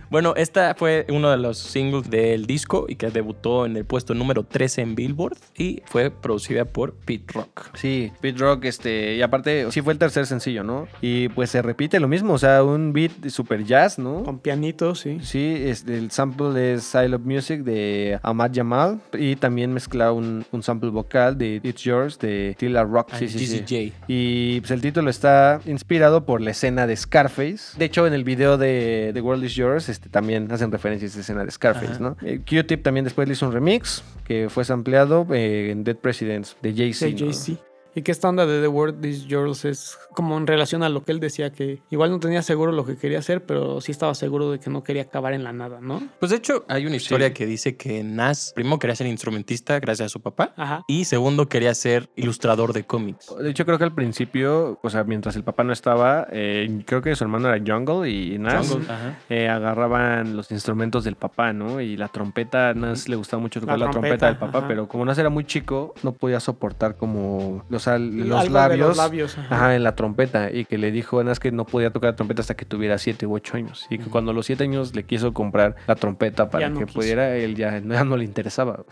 [SPEAKER 2] Bueno, esta fue uno de los singles del disco y que debutó en el puesto número 13 en Billboard y fue producida por Pete Rock.
[SPEAKER 1] Sí, Beat Rock, este, y aparte, sí fue el tercer sencillo, ¿no? Y pues se repite lo mismo, o sea, un beat de super jazz, ¿no?
[SPEAKER 3] Con pianito, sí.
[SPEAKER 1] Sí, este, el sample es I Love Music de Ahmad Jamal y también mezcla un, un sample vocal de It's Yours de Tila Rock. Sí,
[SPEAKER 2] And
[SPEAKER 1] sí, sí.
[SPEAKER 2] GCJ.
[SPEAKER 1] Y pues, el título está inspirado por la escena de Scarface. De hecho, en el video de The World Is Yours este, también hacen referencia a esa escena de Scarface,
[SPEAKER 2] Ajá.
[SPEAKER 1] ¿no? Eh, Q-Tip también después le hizo un remix que fue sampleado eh, en Dead Presidents de Jay-Z.
[SPEAKER 3] Sí,
[SPEAKER 1] ¿no?
[SPEAKER 3] sí. Y que esta onda de The World These Girls es como en relación a lo que él decía, que igual no tenía seguro lo que quería hacer, pero sí estaba seguro de que no quería acabar en la nada, ¿no?
[SPEAKER 2] Pues de hecho, hay una historia que dice que Nas, primero quería ser instrumentista gracias a su papá,
[SPEAKER 3] Ajá.
[SPEAKER 2] y segundo quería ser ilustrador de cómics.
[SPEAKER 1] De hecho, creo que al principio, o sea, mientras el papá no estaba, eh, creo que su hermano era Jungle y Nas
[SPEAKER 2] Jungle, ajá.
[SPEAKER 1] eh, agarraban los instrumentos del papá, ¿no? Y la trompeta, a Nas le gustaba mucho tocar la,
[SPEAKER 3] La
[SPEAKER 1] trompeta,
[SPEAKER 3] trompeta,
[SPEAKER 1] del papá,
[SPEAKER 3] ajá.
[SPEAKER 1] pero como Nas era muy chico, no podía soportar como o sea, los
[SPEAKER 3] Algo de
[SPEAKER 1] labios.
[SPEAKER 3] los labios. ajá.
[SPEAKER 1] Ajá, en la trompeta. Y que le dijo a Nas que no podía tocar la trompeta hasta que tuviera siete u ocho años. Y que cuando a los siete años le quiso comprar la trompeta para
[SPEAKER 3] Ya no
[SPEAKER 1] que
[SPEAKER 3] quiso.
[SPEAKER 1] pudiera, él ya, [LAUGHS] ya no le interesaba.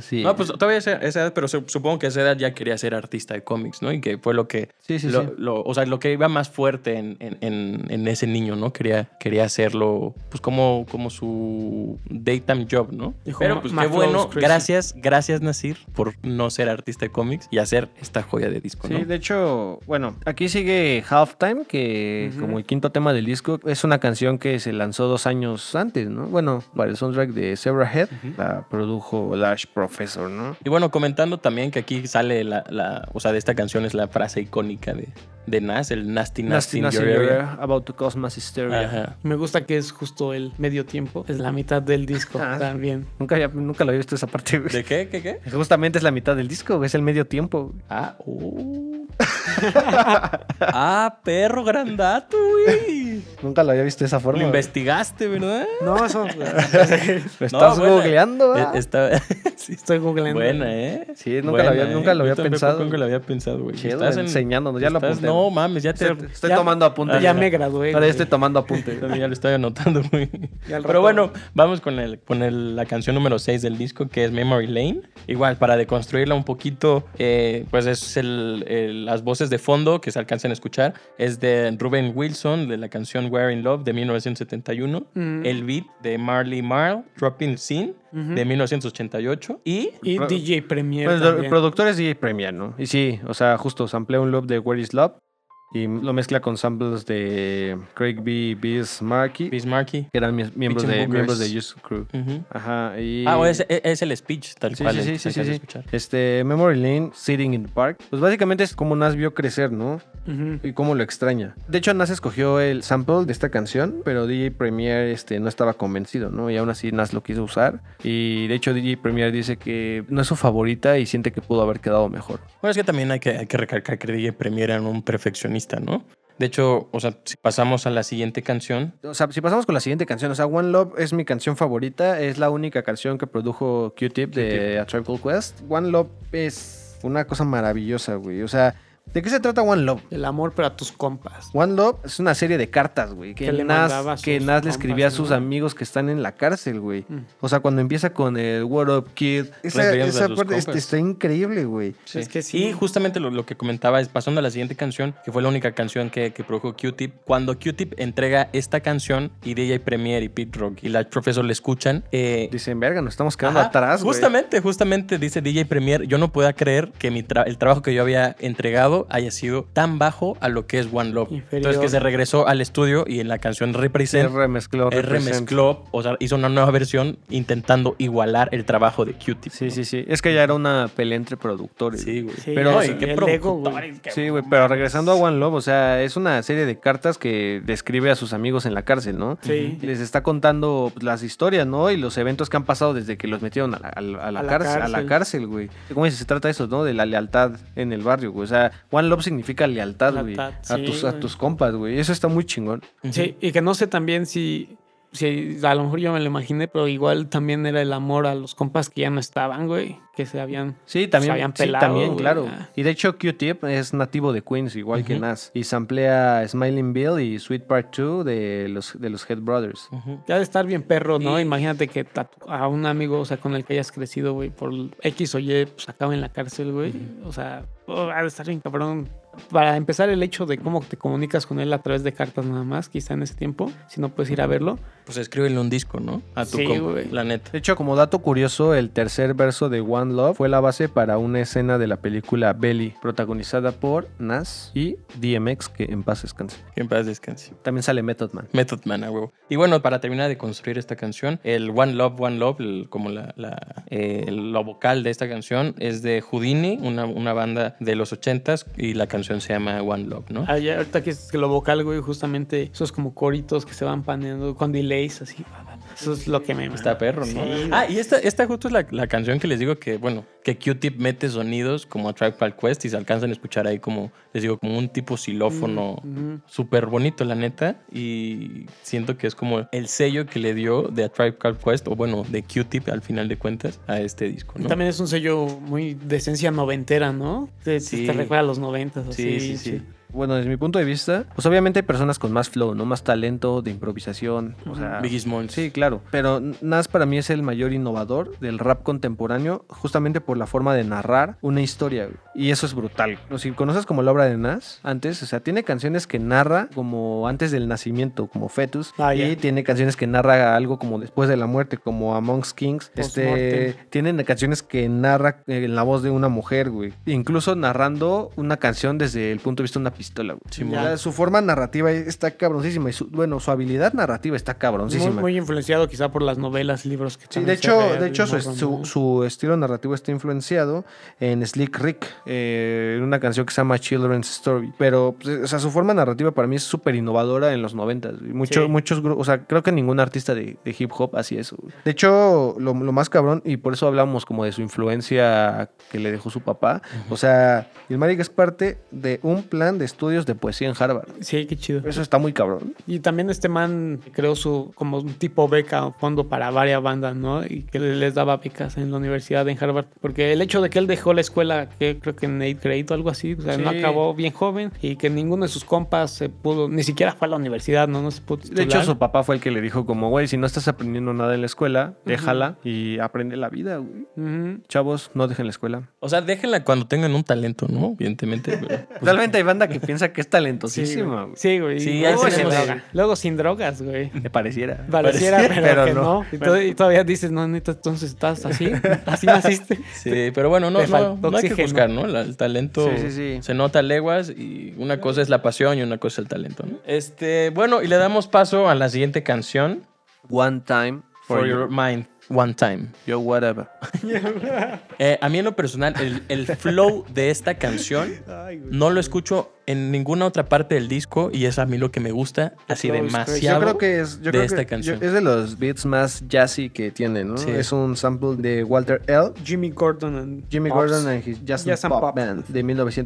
[SPEAKER 1] Sí.
[SPEAKER 2] No, pues todavía esa, esa edad, pero su- supongo que a esa edad ya quería ser artista de cómics, ¿no? Y que fue lo que
[SPEAKER 1] sí, sí,
[SPEAKER 2] lo,
[SPEAKER 1] sí.
[SPEAKER 2] lo- o sea, lo que iba más fuerte en, en- en- en ese niño, ¿no? Quería, quería hacerlo, pues, como, como su daytime job, ¿no?
[SPEAKER 3] Dijo,
[SPEAKER 2] Pero,
[SPEAKER 3] "Ma-
[SPEAKER 2] pues,
[SPEAKER 3] my
[SPEAKER 2] qué
[SPEAKER 3] flow
[SPEAKER 2] bueno.
[SPEAKER 3] is crazy".
[SPEAKER 2] Gracias, gracias, Nasir, por no ser artista de cómics y hacer esta joya de disco, ¿no?
[SPEAKER 1] Sí, de hecho, bueno, aquí sigue Halftime, que
[SPEAKER 3] Ujú.
[SPEAKER 1] como el quinto tema del disco, es una canción que se lanzó dos años antes, ¿no? Bueno, para el soundtrack de Zebrahead, la produjo Lash Professor, ¿no?
[SPEAKER 2] Y bueno, comentando también que aquí sale la, la- o sea, de esta canción es la frase icónica de, de Nas, el nasty, nasty,
[SPEAKER 1] Nasty
[SPEAKER 2] in
[SPEAKER 1] Nasty
[SPEAKER 2] your area.
[SPEAKER 1] Area, About to Cause Mass Hysteria.
[SPEAKER 2] Ajá.
[SPEAKER 3] Me gusta que es justo el medio tiempo, es la mitad del disco
[SPEAKER 1] [LAUGHS] Ah.
[SPEAKER 3] también.
[SPEAKER 1] Nunca, había- nunca lo había visto esa parte, güey.
[SPEAKER 2] ¿De qué? ¿Qué? ¿Qué?
[SPEAKER 1] [LAUGHS] Justamente es la mitad del disco, güey, es el medio tiempo.
[SPEAKER 2] Ah, oh. ah, perro grandato, güey.
[SPEAKER 1] Nunca lo había visto de esa
[SPEAKER 2] Lo
[SPEAKER 1] forma.
[SPEAKER 2] investigaste, ¿verdad?
[SPEAKER 1] No,
[SPEAKER 2] [LAUGHS]
[SPEAKER 1] eso. lo estás
[SPEAKER 2] buena.
[SPEAKER 1] googleando, ¿verdad?
[SPEAKER 2] E- Está... [LAUGHS] sí,
[SPEAKER 3] Estoy googleando.
[SPEAKER 2] buena, ¿eh?
[SPEAKER 1] Sí, nunca lo había- nunca lo
[SPEAKER 2] Yo
[SPEAKER 1] había
[SPEAKER 2] tampoco
[SPEAKER 1] pensado.
[SPEAKER 2] Nunca lo había pensado, güey.
[SPEAKER 1] Chido, enseñándonos, ya lo
[SPEAKER 2] estás-
[SPEAKER 1] apunté.
[SPEAKER 2] No mames, ya te...
[SPEAKER 1] Estoy, estoy
[SPEAKER 2] ya-
[SPEAKER 1] tomando apuntes. este
[SPEAKER 3] Ya me gradué.
[SPEAKER 1] Ahora ya
[SPEAKER 3] güey.
[SPEAKER 1] estoy tomando apuntes.
[SPEAKER 2] [LAUGHS] También ya lo estoy anotando, güey.
[SPEAKER 3] Ya al
[SPEAKER 2] Pero
[SPEAKER 3] rato-
[SPEAKER 2] bueno, vamos con, el, con el- la canción número 6 del disco, que es Memory Lane. Igual, para deconstruirla un poquito, eh, pues es el, el- las voces de fondo que se alcanzan a escuchar. Es de Ruben Wilson, de la canción We're in Love, de 1971.
[SPEAKER 3] Mm.
[SPEAKER 2] El beat de Marley Marl, Dropping Scene,
[SPEAKER 3] Ujú.
[SPEAKER 2] de 1988. Y
[SPEAKER 3] Y DJ Premier.
[SPEAKER 1] Pues, el
[SPEAKER 3] también.
[SPEAKER 1] productor es DJ Premier, ¿no? Y sí, o sea, justo samplea un loop de Where is Love y lo mezcla con samples de Craig B. Beast Markey, que
[SPEAKER 2] Bismarcky.
[SPEAKER 1] eran mie- miembros
[SPEAKER 2] Beats and
[SPEAKER 1] de,
[SPEAKER 2] Boogers.
[SPEAKER 1] miembros de Youth Crew.
[SPEAKER 2] Ujú.
[SPEAKER 1] Ajá, y...
[SPEAKER 2] Ah, bueno, es, es- es el speech tal
[SPEAKER 1] Sí,
[SPEAKER 2] cual.
[SPEAKER 1] sí,
[SPEAKER 2] el
[SPEAKER 1] sí, sí,
[SPEAKER 2] que
[SPEAKER 1] sí,
[SPEAKER 2] alcanzas a
[SPEAKER 1] sí.
[SPEAKER 2] escuchar.
[SPEAKER 1] Este, Memory Lane, Sitting in the Park. Pues básicamente es como Nas vio crecer, ¿no?
[SPEAKER 3] Ujú.
[SPEAKER 1] Y cómo lo extraña. De hecho, Nas escogió el sample de esta canción, pero DJ Premier este, no estaba convencido, ¿no? Y aún así Nas lo quiso usar. Y de hecho, DJ Premier dice que no es su favorita y siente que pudo haber quedado mejor.
[SPEAKER 2] Bueno, es que también hay que, hay que recalcar que DJ Premier era un perfeccionista, ¿no? De hecho, o sea, si pasamos a la siguiente canción,
[SPEAKER 1] O sea, si pasamos con la siguiente canción, o sea, One Love es mi canción favorita, es la única canción que produjo Q-Tip de A Tribe Called Quest. One Love es una cosa maravillosa, güey. O sea, ¿de qué se trata One Love?
[SPEAKER 3] El amor para tus compas.
[SPEAKER 1] One Love es una serie de cartas, güey, que,
[SPEAKER 3] Que le mandaba a
[SPEAKER 1] Nas,
[SPEAKER 3] sus
[SPEAKER 1] que Nas le escribía a
[SPEAKER 3] compas,
[SPEAKER 1] sus
[SPEAKER 3] ¿no?
[SPEAKER 1] amigos que están en la cárcel, güey.
[SPEAKER 3] Mm.
[SPEAKER 1] O sea, cuando empieza con el What Up Kid, esa,
[SPEAKER 2] Referencia a
[SPEAKER 1] esa
[SPEAKER 2] sus
[SPEAKER 1] parte
[SPEAKER 2] compas.
[SPEAKER 1] este, está increíble, güey.
[SPEAKER 3] Sí, es que sí.
[SPEAKER 2] Y justamente lo, lo que comentaba es pasando a la siguiente canción, que fue la única canción que, que produjo Q-Tip. Cuando Q-Tip entrega esta canción y DJ Premier y Pete Rock y la Professor le escuchan, eh,
[SPEAKER 1] Dicen, verga, nos estamos quedando
[SPEAKER 2] Ajá,
[SPEAKER 1] atrás, güey.
[SPEAKER 2] Justamente, justamente dice DJ Premier, yo no podía creer que mi tra- el trabajo que yo había entregado haya sido tan bajo a lo que es One Love.
[SPEAKER 3] Inferior.
[SPEAKER 2] Entonces que se regresó al estudio y en la canción
[SPEAKER 1] Se
[SPEAKER 2] Represent
[SPEAKER 1] remezcló,
[SPEAKER 2] él
[SPEAKER 1] represent.
[SPEAKER 2] remezcló, o sea, hizo una nueva versión intentando igualar el trabajo de Q-Tip.
[SPEAKER 1] Sí, sí, sí. Es que ya era una pelea entre productores. güey.
[SPEAKER 2] Sí, güey.
[SPEAKER 3] Sí,
[SPEAKER 1] pero-
[SPEAKER 3] no,
[SPEAKER 1] Ay,
[SPEAKER 3] y
[SPEAKER 2] qué
[SPEAKER 3] el
[SPEAKER 2] productores,
[SPEAKER 3] güey.
[SPEAKER 1] Sí, güey, pero regresando a One Love, o sea, es una serie de cartas que describe a sus amigos en la cárcel, ¿no?
[SPEAKER 3] Sí.
[SPEAKER 1] Les está contando pues, las historias, ¿no? Y los eventos que han pasado desde que los metieron a la, a la- a la
[SPEAKER 3] A la
[SPEAKER 1] cárcel, a la
[SPEAKER 3] cárcel.
[SPEAKER 1] cárcel, güey. ¿Cómo dices? se trata eso, no? De la lealtad en el barrio, güey. O sea, One Love significa lealtad, güey.
[SPEAKER 3] Lealtad,
[SPEAKER 1] A,
[SPEAKER 3] sí,
[SPEAKER 1] tus, a
[SPEAKER 3] güey.
[SPEAKER 1] tus compas, güey. Eso está muy chingón.
[SPEAKER 2] Ujú.
[SPEAKER 3] Sí, y que no sé también si, si a lo mejor yo me lo imaginé, pero igual también era el amor a los compas que ya no estaban, güey, que se habían...
[SPEAKER 1] Sí, también,
[SPEAKER 3] Se habían
[SPEAKER 1] sí,
[SPEAKER 3] pelado,
[SPEAKER 1] también,
[SPEAKER 3] güey.
[SPEAKER 1] claro. Y de hecho, Q-Tip es nativo de Queens, igual que
[SPEAKER 2] Ujú.
[SPEAKER 1] Nas. Y samplea Smiling Bill y Sweet Part 2 de los, de los Head Brothers.
[SPEAKER 2] Ujú.
[SPEAKER 3] Ya de estar bien perro, ¿no?
[SPEAKER 2] Sí.
[SPEAKER 3] Imagínate que ta- a un amigo, o sea, con el que hayas crecido, güey, por X o Y, pues acaba en la cárcel, güey. O sea, oh, ha de estar bien cabrón para empezar el hecho de cómo te comunicas con él a través de cartas nada más, quizá en ese tiempo, si no puedes ir a verlo.
[SPEAKER 2] Pues escríbele un disco, ¿no? A tu
[SPEAKER 3] Sí,
[SPEAKER 2] compa,
[SPEAKER 3] güey.
[SPEAKER 2] la neta.
[SPEAKER 1] De hecho, como dato curioso, el tercer verso de One Love fue la base para una escena de la película Belly, protagonizada por Nas y DMX, que en paz descanse.
[SPEAKER 2] Que en paz descanse.
[SPEAKER 1] También sale Method Man.
[SPEAKER 2] Method Man, a huevo. Y bueno, para terminar de construir esta canción, el One Love, One Love, el- como la, la, eh, lo vocal de esta canción, es de Houdini, una, una banda de los 80s, y la canción se llama One Love, ¿no?
[SPEAKER 3] Ah, ya, ahorita que es que lo vocal, güey, justamente esos como coritos que se van paneando con delays así. Eso es lo que me
[SPEAKER 2] Ah, Está perro, ¿no?
[SPEAKER 3] Sí,
[SPEAKER 2] ah, y esta, esta justo es la, la canción que les digo que, bueno, que Q-Tip mete sonidos como a Tribal Quest y se alcanzan a escuchar ahí como, les digo, como un tipo xilófono
[SPEAKER 3] Ujú.
[SPEAKER 2] súper bonito, la neta. Y siento que es como el sello que le dio de A Tribe Called Quest, o bueno, de Q-Tip al final de cuentas, a este disco, ¿no?
[SPEAKER 3] También es un sello muy de esencia noventera, ¿no? Te,
[SPEAKER 2] Sí.
[SPEAKER 3] te recuerda a los noventas, así.
[SPEAKER 2] Sí, sí, sí.
[SPEAKER 1] Bueno, desde mi punto de vista, pues obviamente hay personas con más flow, ¿no? Más talento de improvisación. O sea,
[SPEAKER 2] Biggie Smalls.
[SPEAKER 1] Sí, claro. Pero Nas para mí es el mayor innovador del rap contemporáneo, justamente por la forma de narrar una historia. güey. Y eso es brutal. O sea, si conoces como la obra de Nas, antes, o sea, tiene canciones que narra como antes del nacimiento, como Fetus.
[SPEAKER 3] Ah,
[SPEAKER 1] y
[SPEAKER 3] ya.
[SPEAKER 1] tiene canciones que narra algo como después de la muerte, como Amongst Kings. Este,
[SPEAKER 3] Postmortem.
[SPEAKER 1] tienen canciones que narra eh, en la voz de una mujer, güey. Incluso narrando una canción desde el punto de vista de una pistola, güey.
[SPEAKER 2] Simón.
[SPEAKER 1] O sea, su forma narrativa está cabroncísima. Y su- bueno, su habilidad narrativa está
[SPEAKER 3] Muy,
[SPEAKER 1] cabroncísima.
[SPEAKER 3] muy influenciado quizá por las novelas, libros que
[SPEAKER 1] Sí, de
[SPEAKER 3] también se
[SPEAKER 1] hecho,
[SPEAKER 3] ve
[SPEAKER 1] de
[SPEAKER 3] el
[SPEAKER 1] hecho su,
[SPEAKER 3] morro,
[SPEAKER 1] su-
[SPEAKER 3] ¿no?
[SPEAKER 1] su estilo narrativo está influenciado en Slick Rick, eh, en una canción que se llama Children's Story. Pero, pues, o sea, su forma narrativa para mí es súper innovadora en los 90. Mucho,
[SPEAKER 3] Sí.
[SPEAKER 1] Muchos grupos, o sea, creo que ningún artista de, de hip hop hacía eso. güey. De hecho, lo, lo más cabrón, y por eso hablamos como de su influencia que le dejó su papá. O sea, Ilmarik es parte de un plan de estudios de poesía en Harvard.
[SPEAKER 3] Sí, qué chido.
[SPEAKER 1] Eso está muy cabrón.
[SPEAKER 3] Y también este man creó su como un tipo beca o fondo para varias bandas, ¿no? Y que les daba becas en la universidad en Harvard. Porque el hecho de que él dejó la escuela, que creo que en 8 grade o algo así, o sea, no
[SPEAKER 1] Sí.
[SPEAKER 3] acabó bien joven y que ninguno de sus compas se pudo, ni siquiera fue a la universidad, ¿no? No se pudo
[SPEAKER 1] De hecho,
[SPEAKER 3] titular.
[SPEAKER 1] su papá fue el que le dijo como, güey, si no estás aprendiendo nada en la escuela, déjala y aprende la vida, güey.
[SPEAKER 3] Ujú.
[SPEAKER 1] Chavos, no dejen la escuela.
[SPEAKER 2] O sea, déjenla cuando tengan un talento, ¿no? Evidentemente. pero-
[SPEAKER 1] Pues, Realmente hay banda que piensa que es
[SPEAKER 3] Sí,
[SPEAKER 1] talentosísima,
[SPEAKER 3] güey.
[SPEAKER 1] güey.
[SPEAKER 3] Sí, güey.
[SPEAKER 2] Sí,
[SPEAKER 3] Y
[SPEAKER 2] ahí
[SPEAKER 3] luego, sin
[SPEAKER 1] tenemos-
[SPEAKER 3] droga. Luego sin
[SPEAKER 2] [LAUGHS]
[SPEAKER 3] drogas, güey.
[SPEAKER 1] Me pareciera.
[SPEAKER 3] Pareciera, pero,
[SPEAKER 1] pero
[SPEAKER 3] que
[SPEAKER 1] no.
[SPEAKER 3] no. Y, to- y todavía dices, no, neta, entonces estás
[SPEAKER 2] [LAUGHS]
[SPEAKER 3] así, así naciste.
[SPEAKER 2] Sí, pero bueno, no,
[SPEAKER 3] Te
[SPEAKER 2] no,
[SPEAKER 3] faltó
[SPEAKER 2] no hay que
[SPEAKER 3] oxígeno.
[SPEAKER 2] buscar, ¿no? La- el talento
[SPEAKER 1] Sí, sí, sí.
[SPEAKER 2] se nota a leguas y una cosa es la pasión y una cosa el talento, ¿no? Este, bueno, y le damos paso a la siguiente canción,
[SPEAKER 1] One time
[SPEAKER 2] For, Your Mind, One Time.
[SPEAKER 1] Yo whatever.
[SPEAKER 2] Eh, a mí en lo personal, el, [LAUGHS] el flow de esta canción no lo escucho en ninguna otra parte del disco y es a mí lo que me gusta así
[SPEAKER 3] flow is crazy.
[SPEAKER 1] Yo
[SPEAKER 2] demasiado.
[SPEAKER 1] creo que es yo
[SPEAKER 2] de
[SPEAKER 1] creo
[SPEAKER 2] esta
[SPEAKER 1] que-
[SPEAKER 2] canción.
[SPEAKER 1] yo- es de los beats más jazzy que tiene, ¿no?
[SPEAKER 2] Sí.
[SPEAKER 1] Es un sample de Walter L.
[SPEAKER 3] Jimmy Gordon and
[SPEAKER 1] Jimmy
[SPEAKER 3] Pops.
[SPEAKER 1] Gordon and his Jazz, and
[SPEAKER 3] Jazz and
[SPEAKER 1] Pop,
[SPEAKER 3] Pop.
[SPEAKER 1] Band de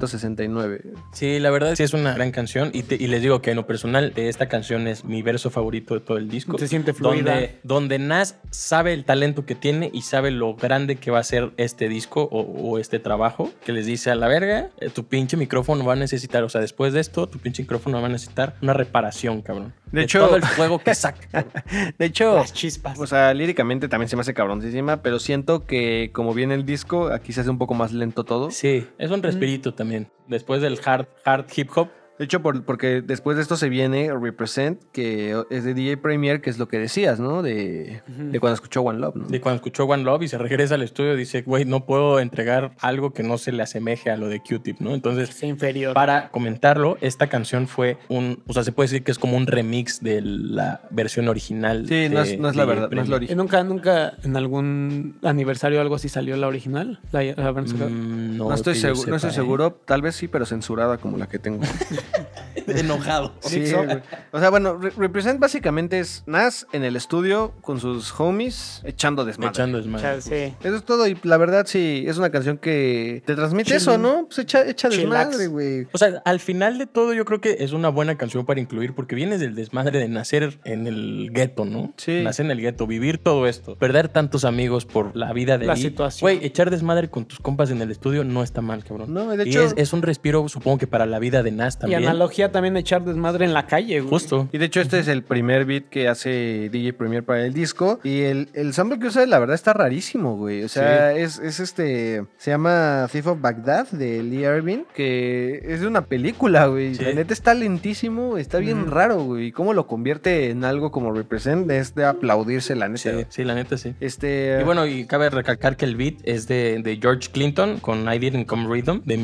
[SPEAKER 1] 1969.
[SPEAKER 2] Sí, la verdad sí es una gran canción y, te- y les digo que en lo personal eh, esta canción es mi verso favorito de todo el disco.
[SPEAKER 3] Se siente fluida.
[SPEAKER 2] Donde, donde Nas sabe el talento que tiene y sabe lo grande que va a ser este disco o, o este trabajo, que les dice a la verga, eh, tu pinche micrófono va a necesitar, o sea, después de esto, tu pinche micrófono va a necesitar una reparación, cabrón.
[SPEAKER 1] De hecho-
[SPEAKER 2] todo el juego que saca. cabrón.
[SPEAKER 1] De hecho,
[SPEAKER 3] Las chispas.
[SPEAKER 2] pues,
[SPEAKER 1] O sea, líricamente también se me hace cabroncísima, pero siento que como viene el disco, aquí se hace un poco más lento todo.
[SPEAKER 2] sí, es un respirito también. Después del hard, hard hip hop,
[SPEAKER 1] De hecho, por- porque después de esto se viene Represent, que es de DJ Premier, que es lo que decías, ¿no? De, de cuando escuchó One Love, ¿no?
[SPEAKER 2] De cuando escuchó One Love y se regresa al estudio, dice, güey, no puedo entregar algo que no se le asemeje a lo de Q-Tip, ¿no? Entonces,
[SPEAKER 3] Es inferior.
[SPEAKER 2] para comentarlo, esta canción fue un, o sea, se puede decir que es como un remix de la versión original.
[SPEAKER 1] Sí, no
[SPEAKER 2] de-
[SPEAKER 1] es, no es la
[SPEAKER 2] de
[SPEAKER 1] verdad, no es la
[SPEAKER 2] Premium.
[SPEAKER 3] ¿Y
[SPEAKER 1] original.
[SPEAKER 3] Eh, nunca, nunca en algún aniversario o algo así salió la original? ¿La, la habrán sacado?
[SPEAKER 2] Mm, no,
[SPEAKER 1] No estoy,
[SPEAKER 2] que yo
[SPEAKER 1] seguro, no estoy
[SPEAKER 2] sepa, ¿eh?
[SPEAKER 1] seguro, tal vez sí, pero censurada como la que tengo.
[SPEAKER 2] [LAUGHS] Enojado.
[SPEAKER 1] [LAUGHS] Sí, güey. o sea, bueno, Re- Represent básicamente es Nas en el estudio con sus homies echando desmadre.
[SPEAKER 2] Echando
[SPEAKER 3] O
[SPEAKER 2] desmadre.
[SPEAKER 3] sea, sí.
[SPEAKER 1] Eso es todo, y la verdad sí, es una canción que te transmite eso,
[SPEAKER 3] Chilling.
[SPEAKER 1] ¿no? Pues echa, echa
[SPEAKER 3] Chillax.
[SPEAKER 1] desmadre, güey.
[SPEAKER 2] O sea, al final de todo yo creo que es una buena canción para incluir porque vienes del desmadre de nacer en el gueto, ¿no?
[SPEAKER 1] Sí.
[SPEAKER 2] Nacer en el gueto, vivir todo esto, perder tantos amigos por la vida de
[SPEAKER 3] La
[SPEAKER 2] ahí.
[SPEAKER 3] situación.
[SPEAKER 2] Güey, echar desmadre con tus compas en el estudio no está mal, cabrón.
[SPEAKER 1] No, de
[SPEAKER 2] Y
[SPEAKER 1] hecho-
[SPEAKER 2] es, es un respiro, supongo que para la vida de Nas
[SPEAKER 3] Y
[SPEAKER 2] también.
[SPEAKER 3] a analogía también de echar desmadre en la calle, güey.
[SPEAKER 2] Justo.
[SPEAKER 1] Y de hecho, este es el primer beat que hace DJ Premier para el disco. Y el, el sample que usa, la verdad, está rarísimo, güey. O sea, es, es este. Se llama Thief of Baghdad de Lee Irving, que es de una película, güey.
[SPEAKER 2] Sí.
[SPEAKER 1] La neta está lentísimo, está bien raro, güey. Y cómo lo convierte en algo como Represent es de aplaudirse, la neta.
[SPEAKER 2] Sí,
[SPEAKER 1] güey.
[SPEAKER 2] sí, la neta sí.
[SPEAKER 1] Este.
[SPEAKER 2] Y bueno, y cabe recalcar que el beat es de, de George Clinton con I Didn't Come Rhythm de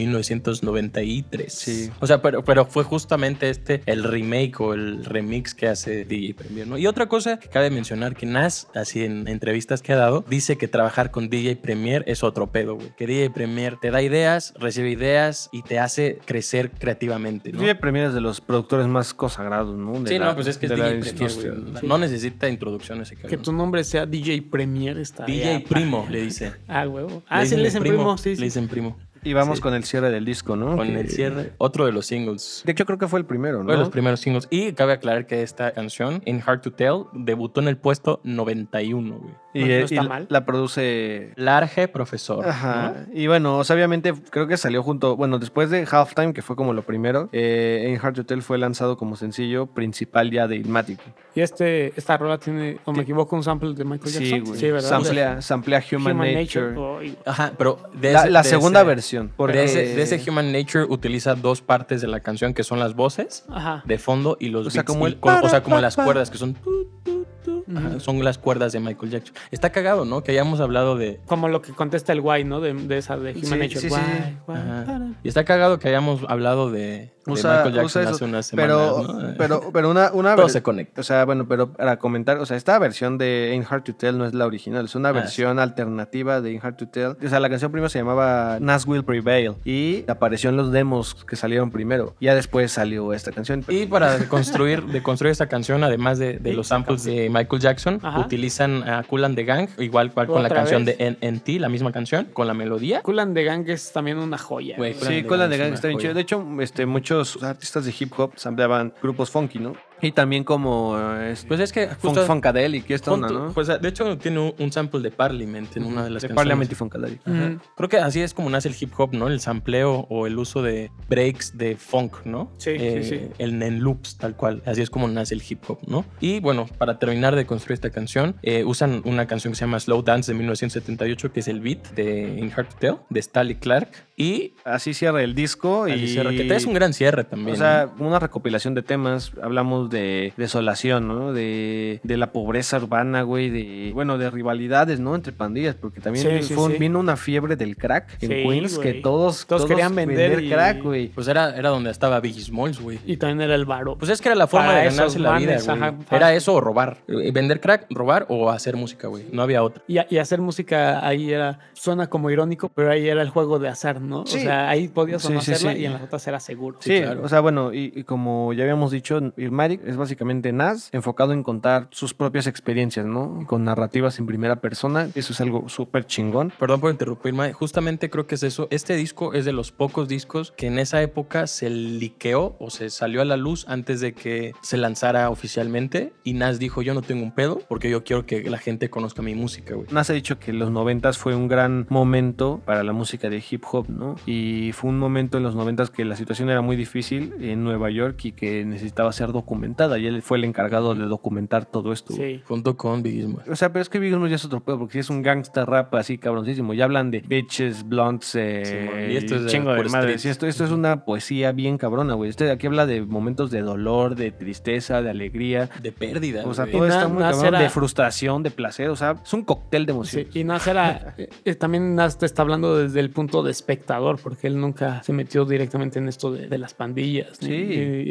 [SPEAKER 2] 1993.
[SPEAKER 1] Sí.
[SPEAKER 2] O sea, pero, pero fue justamente este el remake o el remix que hace DJ Premier, ¿no? Y otra cosa que cabe mencionar que Nas, así en entrevistas que ha dado, dice que trabajar con DJ Premier es otro pedo, güey. Que DJ Premier te da ideas, recibe ideas y te hace crecer creativamente, ¿no?
[SPEAKER 1] DJ Premier es de los productores más consagrados, ¿no? De
[SPEAKER 2] Sí,
[SPEAKER 1] la-
[SPEAKER 2] no, pues es que es
[SPEAKER 1] de
[SPEAKER 2] DJ
[SPEAKER 1] la
[SPEAKER 2] Premier, güey.
[SPEAKER 1] industria.
[SPEAKER 2] No necesita introducciones. ese
[SPEAKER 3] Que
[SPEAKER 2] cabrón.
[SPEAKER 3] tu nombre sea DJ Premier está.
[SPEAKER 2] DJ Primo, le dice.
[SPEAKER 3] Ah, huevo. Ah,
[SPEAKER 2] Le
[SPEAKER 3] sí, le dicen primo. sí,
[SPEAKER 2] Le
[SPEAKER 3] sí.
[SPEAKER 2] dicen primo.
[SPEAKER 1] Y vamos
[SPEAKER 2] Sí.
[SPEAKER 1] con el cierre del disco, ¿no?
[SPEAKER 2] Con
[SPEAKER 1] Que-
[SPEAKER 2] el cierre. Otro de los singles.
[SPEAKER 1] De hecho, creo que fue el primero,
[SPEAKER 2] Uno de los
[SPEAKER 1] ¿no?
[SPEAKER 2] primeros singles. Y cabe aclarar que esta canción, In Hard to Tell, debutó en el puesto 91, güey.
[SPEAKER 1] Y,
[SPEAKER 3] No, no
[SPEAKER 1] eh,
[SPEAKER 3] está
[SPEAKER 1] y
[SPEAKER 3] mal.
[SPEAKER 1] la produce
[SPEAKER 2] Large Profesor. ¿no?
[SPEAKER 1] Ajá. Y bueno, o sea, obviamente creo que salió junto, bueno, después de Halftime, que fue como lo primero, eh, En Hard Hotel fue lanzado como sencillo principal ya de Ilmatic.
[SPEAKER 3] Y este, esta rola tiene, o me equivoco, un sample de Michael Jackson.
[SPEAKER 1] Sí, güey.
[SPEAKER 3] ¿verdad?
[SPEAKER 1] samplea, samplea Human, Nature.
[SPEAKER 3] Ay, güey.
[SPEAKER 2] Ajá, pero de
[SPEAKER 1] la
[SPEAKER 2] ese-
[SPEAKER 1] la
[SPEAKER 2] de
[SPEAKER 1] segunda
[SPEAKER 2] ese-
[SPEAKER 1] versión. Porque
[SPEAKER 2] De ese, de ese Human Nature utiliza dos partes de la canción que son las voces
[SPEAKER 3] Ajá.
[SPEAKER 2] de fondo y los
[SPEAKER 1] O sea,
[SPEAKER 2] beats
[SPEAKER 1] como
[SPEAKER 2] y
[SPEAKER 1] el
[SPEAKER 2] con- o sea, como
[SPEAKER 1] para,
[SPEAKER 2] las
[SPEAKER 1] pa, pa.
[SPEAKER 2] cuerdas que son tu, tu, tu. Ajá, son las cuerdas de Michael Jackson. Está cagado, ¿no? Que hayamos hablado de,
[SPEAKER 3] Como lo que contesta el guay, ¿no? De, de esa de Human
[SPEAKER 1] Sí,
[SPEAKER 3] Nature.
[SPEAKER 1] sí, sí,
[SPEAKER 3] guay,
[SPEAKER 1] sí.
[SPEAKER 3] guay,
[SPEAKER 2] Ajá.
[SPEAKER 3] para.
[SPEAKER 2] Y está cagado que hayamos hablado de, de
[SPEAKER 1] usa- usa
[SPEAKER 2] Michael Jackson
[SPEAKER 1] eso.
[SPEAKER 2] hace unas semanas.
[SPEAKER 1] pero,
[SPEAKER 2] ¿no? Eh,
[SPEAKER 1] pero, pero una, una
[SPEAKER 2] Todo
[SPEAKER 1] ver-
[SPEAKER 2] se conecta.
[SPEAKER 1] O sea, bueno, pero para comentar, o sea, esta versión de In Hard to Tell no es la original, es una
[SPEAKER 2] Ah,
[SPEAKER 1] versión alternativa de In Hard to Tell. O sea, la canción primero se llamaba Nas Will Prevail y apareció en los demos que salieron primero. Ya después salió esta canción.
[SPEAKER 2] Y para construir, de construir esta canción, además de, de los samples de Michael Jackson,
[SPEAKER 3] Ajá.
[SPEAKER 2] utilizan a Cool and the Gang, igual cual con la
[SPEAKER 3] ¿Otra
[SPEAKER 2] canción
[SPEAKER 3] vez?
[SPEAKER 2] de NNT, la misma canción, con la melodía.
[SPEAKER 3] Cool and the Gang es también una joya.
[SPEAKER 2] Güey,
[SPEAKER 3] güey.
[SPEAKER 2] Plan
[SPEAKER 1] Sí,
[SPEAKER 2] de
[SPEAKER 1] con la
[SPEAKER 2] Gang
[SPEAKER 1] de
[SPEAKER 2] es
[SPEAKER 1] Gang
[SPEAKER 2] una
[SPEAKER 1] está bien
[SPEAKER 2] joya.
[SPEAKER 1] chido. De hecho, este, muchos artistas de hip hop sampleaban grupos funky, ¿no? Y también como eh, es-
[SPEAKER 2] Pues es que
[SPEAKER 1] funk-
[SPEAKER 2] justo...
[SPEAKER 1] Funkadelic y esta onda,
[SPEAKER 2] junto-
[SPEAKER 1] ¿no?
[SPEAKER 2] pues, de hecho, tiene un, un sample de Parliament en una de las
[SPEAKER 1] De
[SPEAKER 2] canciones.
[SPEAKER 1] Parliament y Funkadelic.
[SPEAKER 3] Ujú.
[SPEAKER 2] Ajá. Creo que así es como nace el hip hop, ¿no? El sampleo o el uso de breaks de funk, ¿no?
[SPEAKER 3] Sí, sí, sí.
[SPEAKER 2] En, en loops, tal cual. Así es como nace el hip hop, ¿no? Y bueno, para terminar de construir esta canción, eh, usan una canción que se llama Slow Dance de 1978, que es el beat de In Hard to Tell, de Stanley Clark. Y.
[SPEAKER 1] Así cierra el disco
[SPEAKER 2] Stanley
[SPEAKER 1] y...
[SPEAKER 2] Sierra, que es un gran cierre también.
[SPEAKER 1] O sea,
[SPEAKER 2] ¿no?
[SPEAKER 1] una recopilación de temas. Hablamos de desolación, ¿no? De, de la pobreza urbana, güey. De, bueno, de rivalidades, ¿no? Entre pandillas. Porque también
[SPEAKER 3] Sí, sí,
[SPEAKER 1] fue un-
[SPEAKER 3] sí.
[SPEAKER 1] vino una fiebre del crack en
[SPEAKER 3] Sí,
[SPEAKER 1] Queens que
[SPEAKER 3] güey.
[SPEAKER 1] todos,
[SPEAKER 3] Todos querían vender y-
[SPEAKER 1] crack, güey.
[SPEAKER 2] Pues era, era donde estaba Biggie Smalls, güey.
[SPEAKER 3] Y también era el varo.
[SPEAKER 2] Pues es que era la forma
[SPEAKER 3] Para
[SPEAKER 2] de
[SPEAKER 3] esos
[SPEAKER 2] ganarse la vida,
[SPEAKER 3] manes,
[SPEAKER 2] güey.
[SPEAKER 3] ajá,
[SPEAKER 2] Era
[SPEAKER 3] fácil.
[SPEAKER 2] eso o robar. Eh, Vender crack, robar o hacer música, güey. No había otra.
[SPEAKER 3] Y, a- y hacer música ahí era, suena como irónico, pero ahí era el juego de azar, ¿no?
[SPEAKER 1] Sí.
[SPEAKER 3] O sea, ahí podías o
[SPEAKER 1] Sí,
[SPEAKER 3] no
[SPEAKER 1] sí,
[SPEAKER 3] hacerla
[SPEAKER 1] sí.
[SPEAKER 3] y en las otras era seguro.
[SPEAKER 1] Sí,
[SPEAKER 2] claro.
[SPEAKER 1] o sea, bueno, y, y como ya habíamos dicho, Irmatic es básicamente Nas enfocado en contar sus propias experiencias, ¿no? Con narrativas en primera persona, eso es algo súper chingón.
[SPEAKER 2] Perdón por interrumpirme, justamente creo que es eso. Este disco es de los pocos discos que en esa época se liqueó o se salió a la luz antes de que se lanzara oficialmente. Y Nas dijo: Yo no tengo un pedo porque yo quiero que la gente conozca mi música, güey.
[SPEAKER 1] Nas ha dicho que los noventas fue un gran momento para la música de hip hop, ¿no? Y fue un momento en los noventas que la situación era muy difícil en Nueva York y que necesitaba ser documentada. Y él fue el encargado de documentar todo esto. güey.
[SPEAKER 3] Sí.
[SPEAKER 2] Junto con Biggie Smalls.
[SPEAKER 1] O sea, pero es que Big Smalls ya es otro pedo, porque si es un gangsta rap así cabroncísimo. Ya hablan de bitches, blunts, eh,
[SPEAKER 2] Simón, y esto es de
[SPEAKER 1] chingo de
[SPEAKER 2] puro
[SPEAKER 1] madres.
[SPEAKER 2] street.
[SPEAKER 1] Y esto, esto es una poesía bien cabrona, güey. Este de aquí habla de momentos de dolor, de tristeza, de alegría.
[SPEAKER 2] De pérdida.
[SPEAKER 1] O sea,
[SPEAKER 2] güey.
[SPEAKER 1] todo
[SPEAKER 3] Y na-
[SPEAKER 1] está muy
[SPEAKER 3] Nas
[SPEAKER 1] cabrón,
[SPEAKER 3] era-
[SPEAKER 1] de frustración, de placer. O sea, es un cóctel de
[SPEAKER 3] Sí,
[SPEAKER 1] emociones.
[SPEAKER 3] y Nas era, eh, eh, también Nas te está hablando desde el punto de espectador, porque él nunca se metió directamente en esto de, de las pandillas. ni-
[SPEAKER 1] Sí.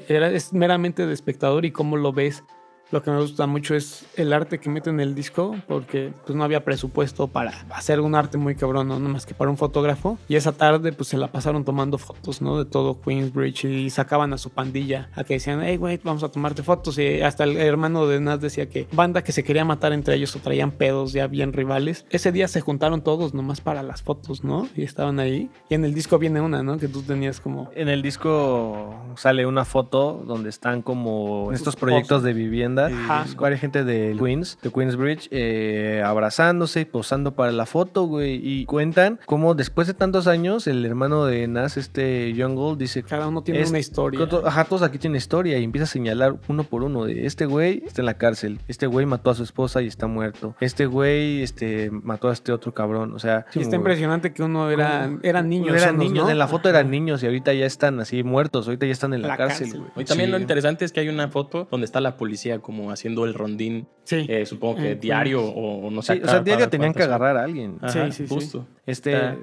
[SPEAKER 3] ni- era, es meramente de espectador y cómo lo ves. Lo que me gusta mucho es el arte que mete en el disco, porque pues no había presupuesto para hacer un arte muy cabrón, no más que para un fotógrafo. Y esa tarde pues se la pasaron tomando fotos, ¿no? De todo Queensbridge y sacaban a su pandilla a que decían, hey, güey, vamos a tomarte fotos. Y hasta el hermano de Nas decía que banda que se quería matar entre ellos o traían pedos ya bien rivales. Ese día se juntaron todos nomás para las fotos, ¿no? Y estaban ahí. Y en el disco viene una, ¿no? Que tú tenías como...
[SPEAKER 1] En el disco sale una foto donde están como estos
[SPEAKER 3] Sus
[SPEAKER 1] proyectos de 80,
[SPEAKER 3] Ajá.
[SPEAKER 1] y varias gente de Queens, de Queensbridge, eh, abrazándose y posando para la foto, güey. Y cuentan cómo después de tantos años, el hermano de Nas, este John Gold, dice...
[SPEAKER 3] Cada uno tiene
[SPEAKER 1] "Es-
[SPEAKER 3] una historia.
[SPEAKER 1] Todo- ajá, todos aquí tienen historia y empieza a señalar uno por uno de este güey está en la cárcel, este güey mató a su esposa y está muerto, este güey este, mató a este otro cabrón, o sea...
[SPEAKER 3] Y está
[SPEAKER 1] güey.
[SPEAKER 3] impresionante que uno era,
[SPEAKER 1] ¿Cómo?
[SPEAKER 3] eran niños.
[SPEAKER 1] Eran
[SPEAKER 3] son los,
[SPEAKER 1] niños,
[SPEAKER 3] ¿no?
[SPEAKER 1] en la foto eran niños y ahorita ya están así muertos, ahorita ya están en la,
[SPEAKER 3] La
[SPEAKER 1] cárcel,
[SPEAKER 3] cárcel.
[SPEAKER 1] güey.
[SPEAKER 2] Y también
[SPEAKER 1] Sí.
[SPEAKER 2] lo interesante es que hay una foto donde está la policía como haciendo el rondín,
[SPEAKER 3] Sí.
[SPEAKER 2] eh, supongo que
[SPEAKER 3] Eh,
[SPEAKER 2] diario o o no
[SPEAKER 1] Ah, pues. Sí,
[SPEAKER 2] sé.
[SPEAKER 1] o
[SPEAKER 2] cada-
[SPEAKER 1] sea,
[SPEAKER 2] cada
[SPEAKER 1] diario tenían que
[SPEAKER 2] cuántas horas.
[SPEAKER 1] agarrar a alguien.
[SPEAKER 2] Ajá,
[SPEAKER 3] Sí, sí, sí.
[SPEAKER 2] justo.
[SPEAKER 1] Este,
[SPEAKER 2] Está-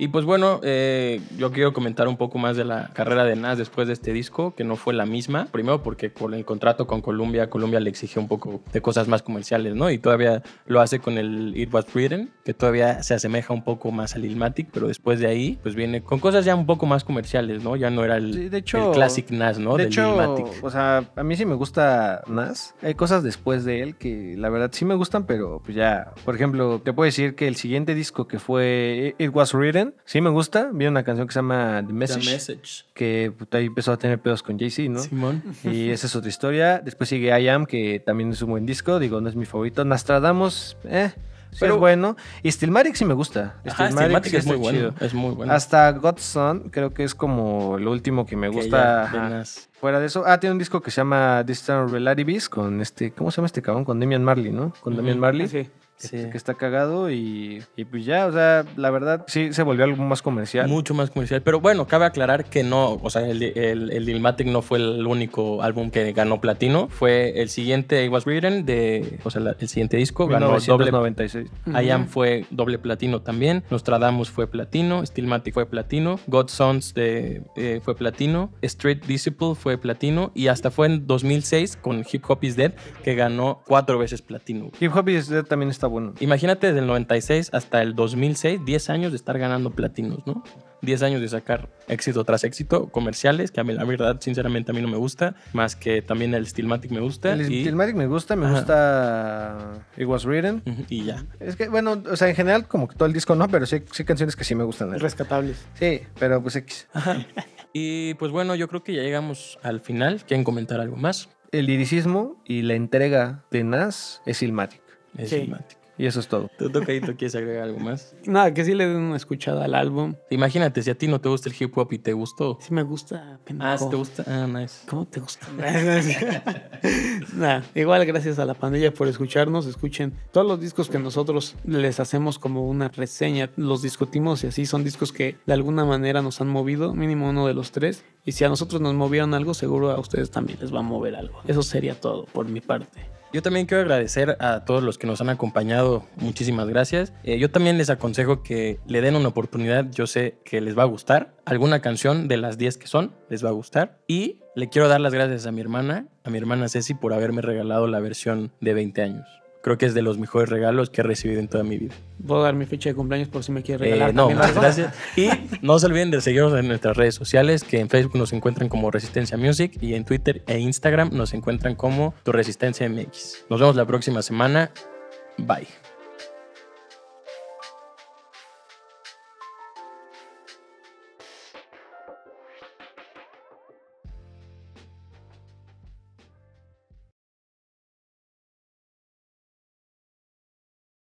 [SPEAKER 2] Y pues bueno, eh, yo quiero comentar un poco más de la carrera de Nas después de este disco, que no fue la misma. Primero porque con el contrato con Columbia, Columbia le exige un poco de cosas más comerciales, ¿no? Y todavía lo hace con el It Was Written, que todavía se asemeja un poco más al Ilmatic, pero después de ahí, pues viene con cosas ya un poco más comerciales, ¿no? Ya no era el,
[SPEAKER 1] Sí, de hecho-
[SPEAKER 2] el Classic Nas, ¿no?
[SPEAKER 1] de
[SPEAKER 2] Del
[SPEAKER 1] hecho,
[SPEAKER 2] Illmatic.
[SPEAKER 1] o sea, a mí sí me gusta Nas. Hay cosas después de él que la verdad sí me gustan, pero pues ya, por ejemplo, te puedo decir que el siguiente disco que fue It Was Written, sí me gusta. Vi una canción que se llama The Message,
[SPEAKER 2] The Message.
[SPEAKER 1] que puta, ahí empezó a tener pedos con Jay-Z, ¿no?
[SPEAKER 2] Simón.
[SPEAKER 1] Y esa es otra historia. Después sigue I Am, que también es un buen disco. Digo, no es mi favorito. Nostradamus, eh, sí
[SPEAKER 2] Pero-
[SPEAKER 1] es bueno. Y Stillmatic sí me gusta.
[SPEAKER 2] Ajá,
[SPEAKER 1] Stillmatic
[SPEAKER 2] Stigmatic
[SPEAKER 1] sí
[SPEAKER 2] es
[SPEAKER 1] está
[SPEAKER 2] muy bueno.
[SPEAKER 1] chido.
[SPEAKER 2] Es muy bueno.
[SPEAKER 1] Hasta Godson, creo que es como el último que me
[SPEAKER 2] Que
[SPEAKER 1] gusta.
[SPEAKER 2] ya, de
[SPEAKER 1] ajá.
[SPEAKER 2] Nas.
[SPEAKER 1] Fuera de eso, ah, tiene un disco que se llama Distant Relatives con este, ¿cómo se llama este cabrón? Con Damian Marley, ¿no? Con
[SPEAKER 2] Ujú.
[SPEAKER 1] Damian Marley.
[SPEAKER 3] Sí.
[SPEAKER 1] Este,
[SPEAKER 2] Sí.
[SPEAKER 1] Que está cagado y, y pues ya, o sea, la verdad sí se volvió algo más comercial.
[SPEAKER 2] Mucho más comercial. Pero bueno, cabe aclarar que no, o sea, el, el, el Illmatic no fue el único álbum que ganó platino. Fue el siguiente, It Was Written, de, o sea, la- el siguiente disco ganó doble.
[SPEAKER 1] 1996.
[SPEAKER 2] I Am
[SPEAKER 3] Ujú.
[SPEAKER 2] fue doble platino también, Nostradamus fue platino, Stillmatic fue platino, God Sons de, eh, fue platino, Street Disciple fue platino y hasta fue en 2006 con Hip Hop Is Dead que ganó cuatro veces platino.
[SPEAKER 1] Hip Hop Is Dead también está bueno.
[SPEAKER 2] Imagínate desde el 96 hasta el 2006, 10 años de estar ganando platinos, ¿no? 10 años de sacar éxito tras éxito, comerciales, que a mí la verdad, sinceramente, a mí no me gusta, más que también el Stillmatic me gusta.
[SPEAKER 1] El
[SPEAKER 2] y,
[SPEAKER 1] Stillmatic me gusta, me
[SPEAKER 2] Ajá.
[SPEAKER 1] gusta It Was Written.
[SPEAKER 2] Ujú, y ya.
[SPEAKER 1] Es que, bueno, o sea, en general como que todo el disco no, pero sí, hay- sí hay canciones que sí me gustan.
[SPEAKER 3] Rescatables.
[SPEAKER 1] Sí, pero pues X.
[SPEAKER 2] Y pues bueno, yo creo que ya llegamos al final. ¿Quieren comentar algo más?
[SPEAKER 1] El liricismo y la entrega de Nas es Illmatic.
[SPEAKER 2] Es
[SPEAKER 3] Sí.
[SPEAKER 2] Stillmatic.
[SPEAKER 1] Y eso es todo.
[SPEAKER 2] ¿Tú, Tocadito, quieres agregar algo más?
[SPEAKER 3] Nada, que sí le den una escuchada al álbum.
[SPEAKER 2] Imagínate, si a ti no te gusta el hip hop y te gustó.
[SPEAKER 3] Sí me gusta.
[SPEAKER 2] Ah, si
[SPEAKER 3] pendejo.
[SPEAKER 2] te gusta. Ah, nice.
[SPEAKER 3] ¿Cómo te gusta? [LAUGHS] Nah, igual gracias a la pandilla por escucharnos. Escuchen todos los discos que nosotros les hacemos como una reseña. Los discutimos y así son discos que de alguna manera nos han movido, mínimo uno de los tres. Y si a nosotros nos movieron algo, seguro a ustedes también les va a mover algo. Eso sería todo por mi parte.
[SPEAKER 2] Yo también quiero agradecer a todos los que nos han acompañado. Muchísimas gracias. Eh, yo también les aconsejo que le den una oportunidad. Yo sé que les va a gustar. Alguna canción de las 10 que son les va a gustar. Y le quiero dar las gracias a mi hermana, a mi hermana Ceci, por haberme regalado la versión de 20 años. Creo que es de los mejores regalos que he recibido en toda mi vida.
[SPEAKER 3] Puedo dar mi fecha de cumpleaños por si me quiere
[SPEAKER 2] Eh,
[SPEAKER 3] regalar.
[SPEAKER 2] no,
[SPEAKER 3] también
[SPEAKER 2] muchas
[SPEAKER 3] algo?
[SPEAKER 2] gracias.
[SPEAKER 3] [LAUGHS]
[SPEAKER 2] Y no se olviden de seguirnos en nuestras redes sociales, que en Facebook nos encuentran como Resistencia Music y en Twitter e Instagram nos encuentran como Tu Resistencia MX. Nos vemos la próxima semana. Bye.